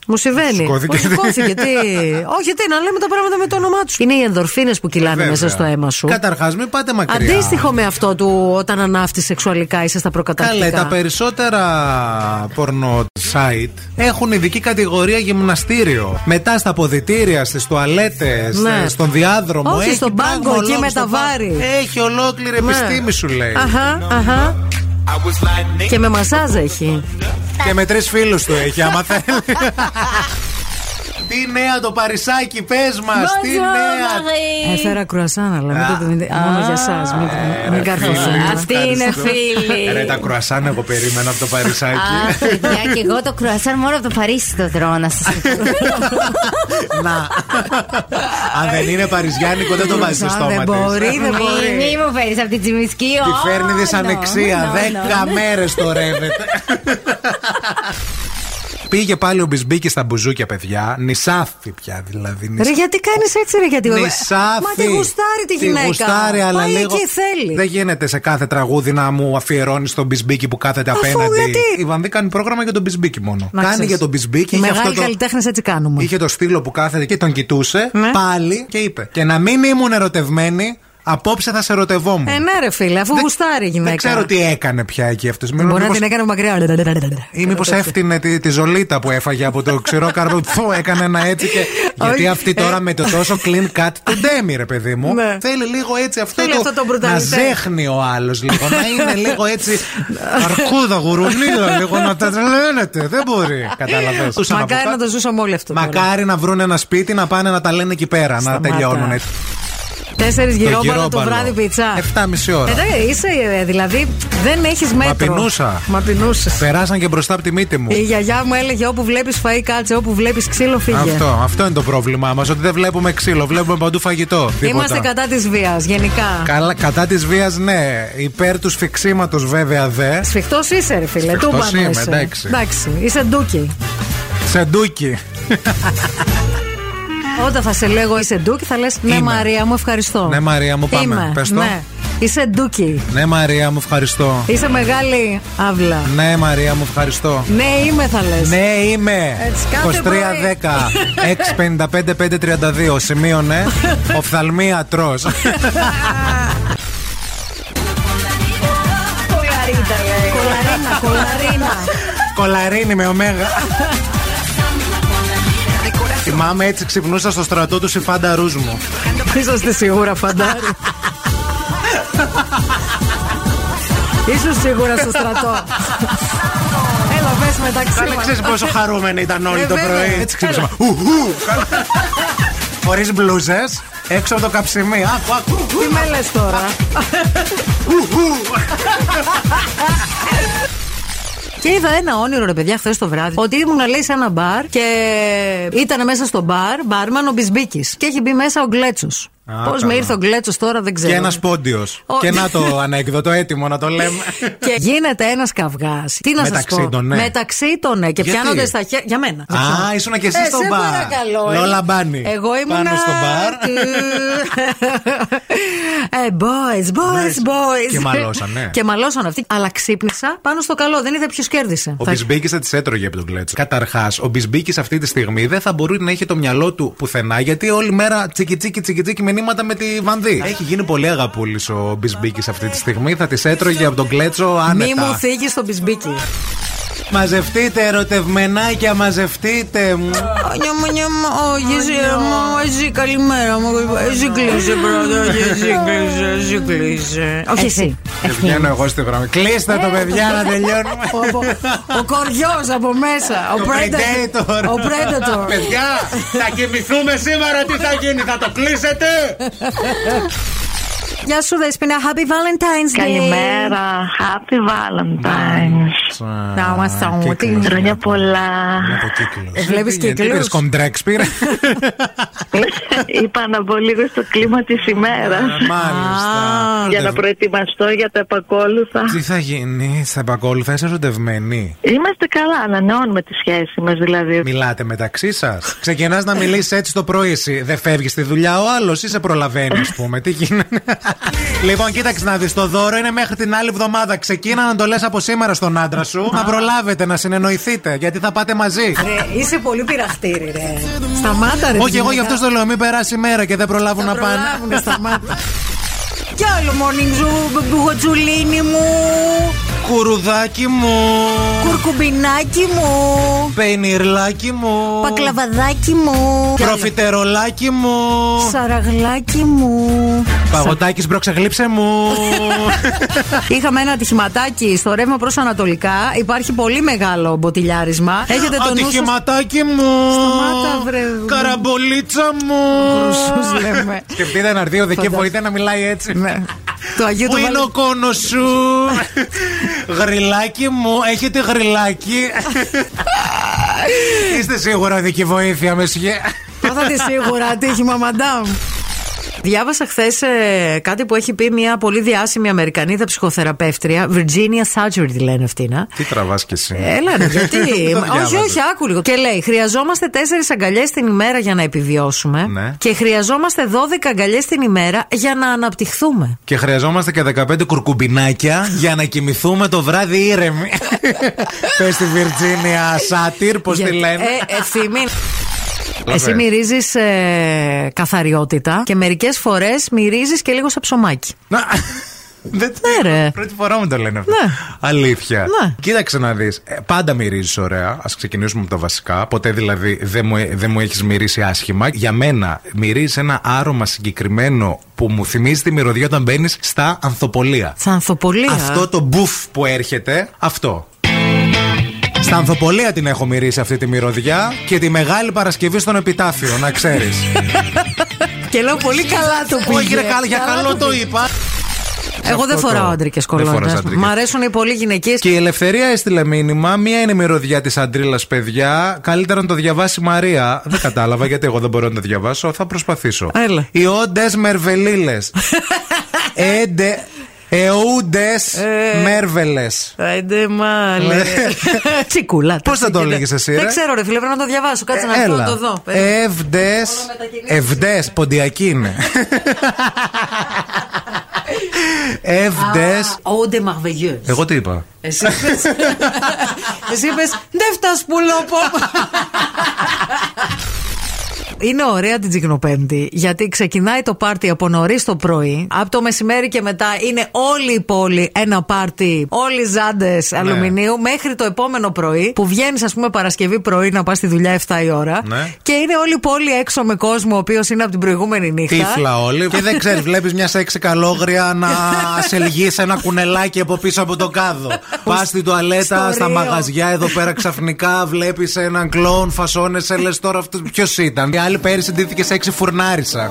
Speaker 3: Μου συμβαίνει.
Speaker 4: Σηκώθηκε.
Speaker 3: Μου σηκώθηκε, τι. Όχι, τι, να λέμε τα πράγματα με το όνομά τους. Είναι οι ενδορφίνες που κυλάνε
Speaker 4: Ε, Βέβαια.
Speaker 3: μέσα στο αίμα σου.
Speaker 4: Καταρχάς, μην πάτε μακριά.
Speaker 3: Αντίστοιχο με αυτό του όταν ανάφτει σεξουαλικά είσαι στα προκαταρκτικά.
Speaker 4: Καλέ, τα περισσότερα πορνό site έχουν ειδική κατηγορία γυμναστήριο. Μετά στα ποδητήρια, στις τουαλέτες,
Speaker 3: Ναι.
Speaker 4: στον διάδρομο.
Speaker 3: Όχι,
Speaker 4: έχει
Speaker 3: στον
Speaker 4: πράγμα
Speaker 3: πάγκο εκεί
Speaker 4: ολόκληρο
Speaker 3: με
Speaker 4: στο
Speaker 3: τα
Speaker 4: πάγκο.
Speaker 3: βάρη. Ναι.
Speaker 4: Έχει ολόκληρη επιστήμη σου λέει.
Speaker 3: Αχα, αχα.
Speaker 4: ναι.
Speaker 3: Και με μασάζ έχει.
Speaker 4: Και με τρεις φίλους του έχει, άμα θέλει. Τι νέα το Παρισάκι, πες μας! Τι νέα!
Speaker 3: Έφερα Ε, κρουασάν, αλλά μην το μην-
Speaker 2: Α,
Speaker 3: Μόνο για εσάς.
Speaker 4: ε,
Speaker 3: Μην, μην καρφωθούμε.
Speaker 2: Αυτή είναι φίλη.
Speaker 4: Ρε τα κρουασάν εγώ περίμενα από το
Speaker 2: Αχ,
Speaker 4: Παρισάκι.
Speaker 2: παιδιά, και εγώ το κρουασάν μόνο από το Παρίσι το τρώω να σας πω.
Speaker 4: Να. Αν δεν είναι Παριζιάνικο, δεν το βάζεις στο
Speaker 3: Κρουασάν,
Speaker 4: στόμα
Speaker 3: δεν
Speaker 4: της.
Speaker 3: μπορεί, δεν
Speaker 2: Μη,
Speaker 3: μπορεί.
Speaker 2: μη μου φέρεις από την τσιμισκή.
Speaker 4: Τη
Speaker 2: Ω,
Speaker 4: φέρνει
Speaker 2: no,
Speaker 3: ναι,
Speaker 4: δυσανεξία.
Speaker 2: no, no.
Speaker 4: Δέκα μέρες το ρεύεται. Πήγε πάλι ο Μπισμπίκη στα μπουζούκια, παιδιά. Νησάφη πια δηλαδή.
Speaker 3: Ρε
Speaker 4: νησάφη.
Speaker 3: γιατί κάνεις έτσι, ρε γιατί.
Speaker 4: Νησάφη.
Speaker 3: Μα τη γουστάρει τη γυναίκα.
Speaker 4: Τη γουστάρει, αλλά
Speaker 3: Πάει
Speaker 4: λίγο.
Speaker 3: εκεί θέλει.
Speaker 4: Δεν γίνεται σε κάθε τραγούδι να μου αφιερώνεις τον μπισμπίκι που κάθεται
Speaker 3: Αφού,
Speaker 4: απέναντι.
Speaker 3: γιατί?
Speaker 4: Η Βανδί κάνει πρόγραμμα για τον μπισμπίκι μόνο.
Speaker 3: Να
Speaker 4: κάνει
Speaker 3: ξέρεις.
Speaker 4: για τον μπισμπίκι.
Speaker 3: Οι
Speaker 4: είχε
Speaker 3: μεγάλοι
Speaker 4: αυτό το-
Speaker 3: καλλιτέχνες έτσι κάνουμε.
Speaker 4: Είχε το στήλο που κάθεται και τον κοιτούσε
Speaker 3: Ναι.
Speaker 4: πάλι και είπε. Και να μην ήμουν ερωτευμένη, απόψε θα σε ερωτευόμουν.
Speaker 3: Ε, ναι, ρε φίλε, αφού
Speaker 4: Δεν-
Speaker 3: γουστάρει η γυναίκα.
Speaker 4: Δεν ξέρω τι έκανε πια εκεί αυτός.
Speaker 3: Μπορεί να την έκανε μακριά.
Speaker 4: Ή μήπως έφτιανε τη, τη ζολίτα που έφαγε από το ξηρό καρπό. Φου, έκανε ένα έτσι και. γιατί
Speaker 3: Όχι. Ε.
Speaker 4: αυτή τώρα με το τόσο clean cut του Ντέμι, ρε παιδί μου.
Speaker 3: Ναι.
Speaker 4: Θέλει λίγο έτσι αυτό
Speaker 3: Θέλει
Speaker 4: το.
Speaker 3: αυτό το
Speaker 4: να
Speaker 3: brutality.
Speaker 4: ζέχνει ο άλλος λίγο. να είναι λίγο έτσι. αρκούδα, γουρουνίδα, λίγο να τα τρελαίνεται. Δεν μπορεί. Καταλαβαίνω.
Speaker 3: Μακάρι να το ζούσαμε όλοι αυτό.
Speaker 4: Μακάρι να βρουν ένα σπίτι να πάνε να τα λένε εκεί πέρα, να
Speaker 3: Σταμάτα.
Speaker 4: τελειώνουν. Ε,
Speaker 3: Τέσσερι γυρόμπαλα το
Speaker 4: γυρόμπαλο.
Speaker 3: βράδυ πίτσα.
Speaker 4: 7,5 ώρα.
Speaker 3: Εντάξει, είσαι, ε, δηλαδή δεν έχεις μέτρο.
Speaker 4: πεινούσα.
Speaker 3: Μα πεινούσες.
Speaker 4: Περάσαν και μπροστά από τη μύτη μου.
Speaker 3: Η γιαγιά μου έλεγε: Όπου βλέπεις φαΐ κάτσε, όπου βλέπεις ξύλο, φύγε.
Speaker 4: Αυτό, αυτό είναι το πρόβλημά μας. Ότι δεν βλέπουμε ξύλο, βλέπουμε παντού φαγητό.
Speaker 3: Είμαστε
Speaker 4: Τίποτα.
Speaker 3: κατά της βίας, γενικά.
Speaker 4: Καλά, κατά της βίας, ναι. Υπέρ του σφιξίματος, βέβαια, δε.
Speaker 3: Σφιχτός είσαι, ρε φίλε.
Speaker 4: Σφιχτός
Speaker 3: Τούμπανο
Speaker 4: είμαι,
Speaker 3: είσαι.
Speaker 4: εντάξει.
Speaker 3: είσαι ντούκι.
Speaker 4: Σε ντούκι.
Speaker 3: Όταν θα σε λέγω είσαι ντούκι, θα λες: Ναι,
Speaker 4: Είμαι.
Speaker 3: Μαρία μου, ευχαριστώ.
Speaker 4: Ναι, Μαρία μου, πάμε.
Speaker 3: Είμαι.
Speaker 4: Πες το.
Speaker 3: Ναι. Είσαι ντούκι.
Speaker 4: Ναι, Μαρία μου, ευχαριστώ.
Speaker 3: Είσαι μεγάλη αύλα.
Speaker 4: Ναι, Μαρία μου, ευχαριστώ.
Speaker 3: Ναι, είμαι, θα λες.
Speaker 4: Ναι, είμαι.
Speaker 3: Έτσι, κάθε
Speaker 4: 2310-655-532. Σημείωνε. ναι. Οφθαλμία τρώ.
Speaker 3: Κολαρίνα, κολαρίνα.
Speaker 4: Κολαρίνη με ωμέγα. Θυμάμαι έτσι ξυπνούσα στο στρατό τους η φάντα ρούζ μου.
Speaker 3: Είσαστε σίγουρα φαντάρι. Ήσουν σίγουρα στο στρατό. Έλα, πες μεταξύ
Speaker 4: Καλά,
Speaker 3: μας.
Speaker 4: ξέρεις πόσο χαρούμενοι ήταν όλοι
Speaker 3: Ε,
Speaker 4: το
Speaker 3: βέβαια.
Speaker 4: πρωί. Έτσι ξύπνησα. Ουχού! Χωρίς μπλούζες, έξω από το καψιμί. Άκου, άκου.
Speaker 3: Τι με λες τώρα.
Speaker 4: Ουχού!
Speaker 3: Και είδα ένα όνειρο, ρε παιδιά, χθες το βράδυ. Ότι ήμουν, λέει, σε ένα μπαρ και ήταν μέσα στο μπαρ μπαρμαν ο Μπισμπίκης. Και έχει μπει μέσα ο Γκλέτσος.
Speaker 4: Α,
Speaker 3: Πώς με
Speaker 4: καλά.
Speaker 3: ήρθε ο Γκλέτσος τώρα, δεν ξέρω.
Speaker 4: Και ένας πόντιος.
Speaker 3: Ο-
Speaker 4: Και να το ανέκδοτο έτοιμο να το λέμε.
Speaker 3: Και γίνεται ένας καυγάς. Τι να σας
Speaker 4: Μεταξύ
Speaker 3: πω.
Speaker 4: των, ναι.
Speaker 3: Μεταξύ των, ναι. Και
Speaker 4: Γιατί?
Speaker 3: πιάνονται στα χέρια. Για μένα.
Speaker 4: Α, ήσουν και εσύ
Speaker 3: Ε,
Speaker 4: στο
Speaker 3: σε
Speaker 4: μπαρ.
Speaker 3: παρακαλώ, ε.
Speaker 4: Λόλα Μπάνι.
Speaker 3: Εγώ ήμουν.
Speaker 4: Πάνω στο μπαρ.
Speaker 3: Ε, boys, boys,
Speaker 4: Ναι.
Speaker 3: boys.
Speaker 4: Και μαλώσαν, ναι.
Speaker 3: Και μαλώσαν αυτοί. Αλλά ξύπνησα πάνω στο καλό. Δεν είδα ποιος κέρδισε.
Speaker 4: Ο
Speaker 3: Θα-
Speaker 4: Μπισμπίκης θα τι έτρωγε από τον κλέτσο. Καταρχάς, ο Μπισμπίκης αυτή τη στιγμή δεν θα μπορεί να έχει το μυαλό του πουθενά γιατί όλη μέρα τσικι τσικι τσικι τσικι μηνύματα με τη βανδί. Έχει γίνει πολύ αγαπούλης ο Μπισμπίκης αυτή τη στιγμή. Θα τις έτρωγε από τον κλέτσο άνετα.
Speaker 3: Μη μου θίγεις τον Μπισμπίκη.
Speaker 4: Μαζευτείτε, ερωτευμενάκια, μαζευτείτε. Μου.
Speaker 3: Νιώμα, νιώμα, ο Γιζί, μου, εσύ, ε, καλημέρα μου. Εσύ κλείσε πρώτα, εσύ κλείσε, εσύ κλείσε. Όχι εσύ.
Speaker 4: Και βγαίνω εγώ στη γραμμή. Κλείστε το, παιδιά, να τελειώνουμε.
Speaker 3: Ο, ο, ο κοριός από μέσα. Ο
Speaker 4: Το
Speaker 3: Predator.
Speaker 4: Predator.
Speaker 3: Ο Predator.
Speaker 4: Παιδιά, θα κοιμηθούμε σήμερα. Τι θα γίνει, θα το κλείσετε.
Speaker 3: Γεια σου, Δέσποινα. Happy Valentine's Day.
Speaker 8: Καλημέρα. Happy Valentine's.
Speaker 3: Να είμαστε όμορφοι.
Speaker 4: Κύκλος.
Speaker 8: Χρόνια πολλά.
Speaker 4: Από κύκλος.
Speaker 3: Ε, βλέπεις
Speaker 4: Τι γίνεται,
Speaker 3: κύκλους.
Speaker 4: πήρες κοντρέξ, πήρε.
Speaker 8: Είπα να μπω λίγο στο κλίμα της ημέρας.
Speaker 4: Ε, Μάλιστα.
Speaker 8: Για να προετοιμαστώ για τα επακόλουθα.
Speaker 4: Τι θα γίνει, θα επακόλουθα, είσαι ερωτευμένη.
Speaker 8: Είμαστε καλά, ανανεώνουμε τη σχέση μας δηλαδή.
Speaker 4: Μιλάτε μεταξύ σας. Ξεκινάς να μιλήσει έτσι το πρωί. Εσύ δεν φεύγεις στη δουλειά ο άλλος ή σε προλαβαίνει, ας πούμε. Τι γίνεται. λοιπόν, κοίταξε να δεις. Το δώρο είναι μέχρι την άλλη εβδομάδα. Ξεκίνα να το λες από σήμερα στον άντρα σου. να προλάβετε, να συνεννοηθείτε. Γιατί θα πάτε μαζί.
Speaker 3: Ρε, Ναι, είσαι πολύ πειραχτήρη, ρε. Σταμάτα, ρε.
Speaker 4: Όχι, εγώ γι'
Speaker 3: γυναίκα.
Speaker 4: αυτό το λέω. Μην περάσει η μέρα και δεν προλάβουν να πάνε.
Speaker 3: Προλάβουνε, σταμάτα. Κι άλλο morning zoo, μπουγοτσουλίνι μου,
Speaker 4: Κουρουδάκι μου.
Speaker 3: κουρκουμπινάκι μου,
Speaker 4: Πενιρλάκι μου.
Speaker 3: πακλαβαδάκι μου,
Speaker 4: Προφιτερολάκι μου.
Speaker 3: σαραγλάκι μου.
Speaker 4: Παγωτάκι, μπροξεγλύψε μου.
Speaker 3: Είχαμε ένα ατυχηματάκι στο ρεύμα προς Ανατολικά. Υπάρχει πολύ μεγάλο μποτιλιάρισμα. Έχετε τον νου σας-
Speaker 4: Ατυχηματάκι μου.
Speaker 3: Σταμάτα, βρε.
Speaker 4: Καραμπολίτσα μου.
Speaker 3: Κρουσούς λέμε.
Speaker 4: Σκεφτείτε να έρθει ο
Speaker 3: Φαντάζομαι.
Speaker 4: Δεκέμβρη να μιλάει έτσι.
Speaker 3: Ναι. Το Αγίου
Speaker 4: Πού
Speaker 3: του
Speaker 4: είναι ο
Speaker 3: Βαλεν-
Speaker 4: κόνος σου. γριλάκι μου, έχετε γριλάκι. Είστε σίγουρα δική βοήθεια, με σχέ.
Speaker 3: Πάθατε σίγουρα ατύχημα, μαντάμ. Διάβασα χθες κάτι που έχει πει μια πολύ διάσημη Αμερικανίδα ψυχοθεραπεύτρια, Virginia Sacher τη λένε αυτή, να.
Speaker 4: Τι τραβάς κι εσύ.
Speaker 3: Έλα, ρε, γιατί.
Speaker 4: Το διάβαζες.
Speaker 3: όχι, όχι, άκου λίγο. Και λέει: Χρειαζόμαστε τέσσερις αγκαλιές την ημέρα για να επιβιώσουμε.
Speaker 4: Ναι.
Speaker 3: Και χρειαζόμαστε 12 αγκαλιές την ημέρα για να αναπτυχθούμε.
Speaker 4: Και χρειαζόμαστε και 15 κουρκουμπινάκια για να κοιμηθούμε το βράδυ ήρεμοι. Πες τη Βιρτζίνια Σάτυρ, πώς τη
Speaker 3: Γιατί-
Speaker 4: λένε.
Speaker 3: Ε, ευθύμη.
Speaker 4: Λαβέ.
Speaker 3: Εσύ μυρίζεις καθαριότητα και μερικές φορές μυρίζεις και λίγο σε ψωμάκι.
Speaker 4: Να- Δεν το
Speaker 3: Ναι, ρε.
Speaker 4: Πρώτη φορά μου το λένε αυτό.
Speaker 3: Ναι.
Speaker 4: Αλήθεια.
Speaker 3: Ναι.
Speaker 4: Κοίταξε να δεις. Πάντα μυρίζεις ωραία. Ας ξεκινήσουμε με τα βασικά. Ποτέ δηλαδή δεν μου, δεν μου έχεις μυρίσει άσχημα. Για μένα μυρίζεις ένα άρωμα συγκεκριμένο που μου θυμίζει τη μυρωδιά όταν μπαίνεις στα ανθοπολία.
Speaker 3: Σαν ανθοπολία.
Speaker 4: Αυτό το μπουφ που έρχεται, αυτό. Στα ανθοπολία την έχω μυρίσει αυτή τη μυρωδιά και τη Μεγάλη Παρασκευή στον Επιτάφιο, να ξέρεις.
Speaker 3: Και λέω πολύ καλά το πήγε.
Speaker 4: Όχι, ρε, καλά, για καλό το είπα.
Speaker 3: Εγώ δεν
Speaker 4: αυτό το-
Speaker 3: φοράω άντρικες
Speaker 4: Δεν φοράς
Speaker 3: κολόνε.
Speaker 4: αντρικές.
Speaker 3: Μ' αρέσουν οι πολύ γυναικείε.
Speaker 4: Και η Ελευθερία έστειλε μήνυμα. Μία είναι η μυρωδιά της αντρίλας, παιδιά. Καλύτερα να το διαβάσει η Μαρία. Δεν κατάλαβα γιατί εγώ δεν μπορώ να το διαβάσω. Θα προσπαθήσω.
Speaker 3: Έλα.
Speaker 4: Οι όντε μερβελίλες. Έντε. Εούντες Ε. μέρβελες.
Speaker 3: Άντε μάλλον. Ναι. Τσικούλα.
Speaker 4: Πώς θα το
Speaker 3: τσικούλα.
Speaker 4: έλεγες εσύ,
Speaker 3: Δεν
Speaker 4: ρε? Ε,
Speaker 3: ξέρω, ρε φίλε, πρέπει να το διαβάσω. Κάτσε να έρθω να το δω. Περίμενε.
Speaker 4: Εύδε. Εύδε. Ποντιακή είναι. Εύδε.
Speaker 3: Α, Όντε μαρβεγιέ.
Speaker 4: Εγώ τι είπα.
Speaker 3: Εσύ είπες Εσύ είπες, Δεν φτάς πουλόπο. Είναι ωραία την Τσικνοπέμπτη, γιατί ξεκινάει το πάρτι από νωρίς το πρωί. Από το μεσημέρι και μετά είναι όλη η πόλη ένα πάρτι, όλοι ζάντες
Speaker 4: Ναι.
Speaker 3: αλουμινίου, μέχρι το επόμενο πρωί, που βγαίνεις, ας πούμε, Παρασκευή πρωί να πας στη δουλειά 7 η ώρα.
Speaker 4: Ναι.
Speaker 3: Και είναι όλη η πόλη έξω με κόσμο, ο οποίος είναι από την προηγούμενη νύχτα.
Speaker 4: Τύφλα όλοι. Και δεν ξέρεις, βλέπεις μια σεξι καλόγρια να σελγεί σε ένα κουνελάκι από πίσω από τον κάδο. Πας στην τουαλέτα,
Speaker 3: στο
Speaker 4: στα
Speaker 3: Ρίο.
Speaker 4: μαγαζιά εδώ πέρα ξαφνικά βλέπεις έναν κλόουν, φασώνεσαι, λες τώρα αυτός ποιος ήταν. Η άλλη πέρυσι ντύθηκε σε έξι φουρνάρισα.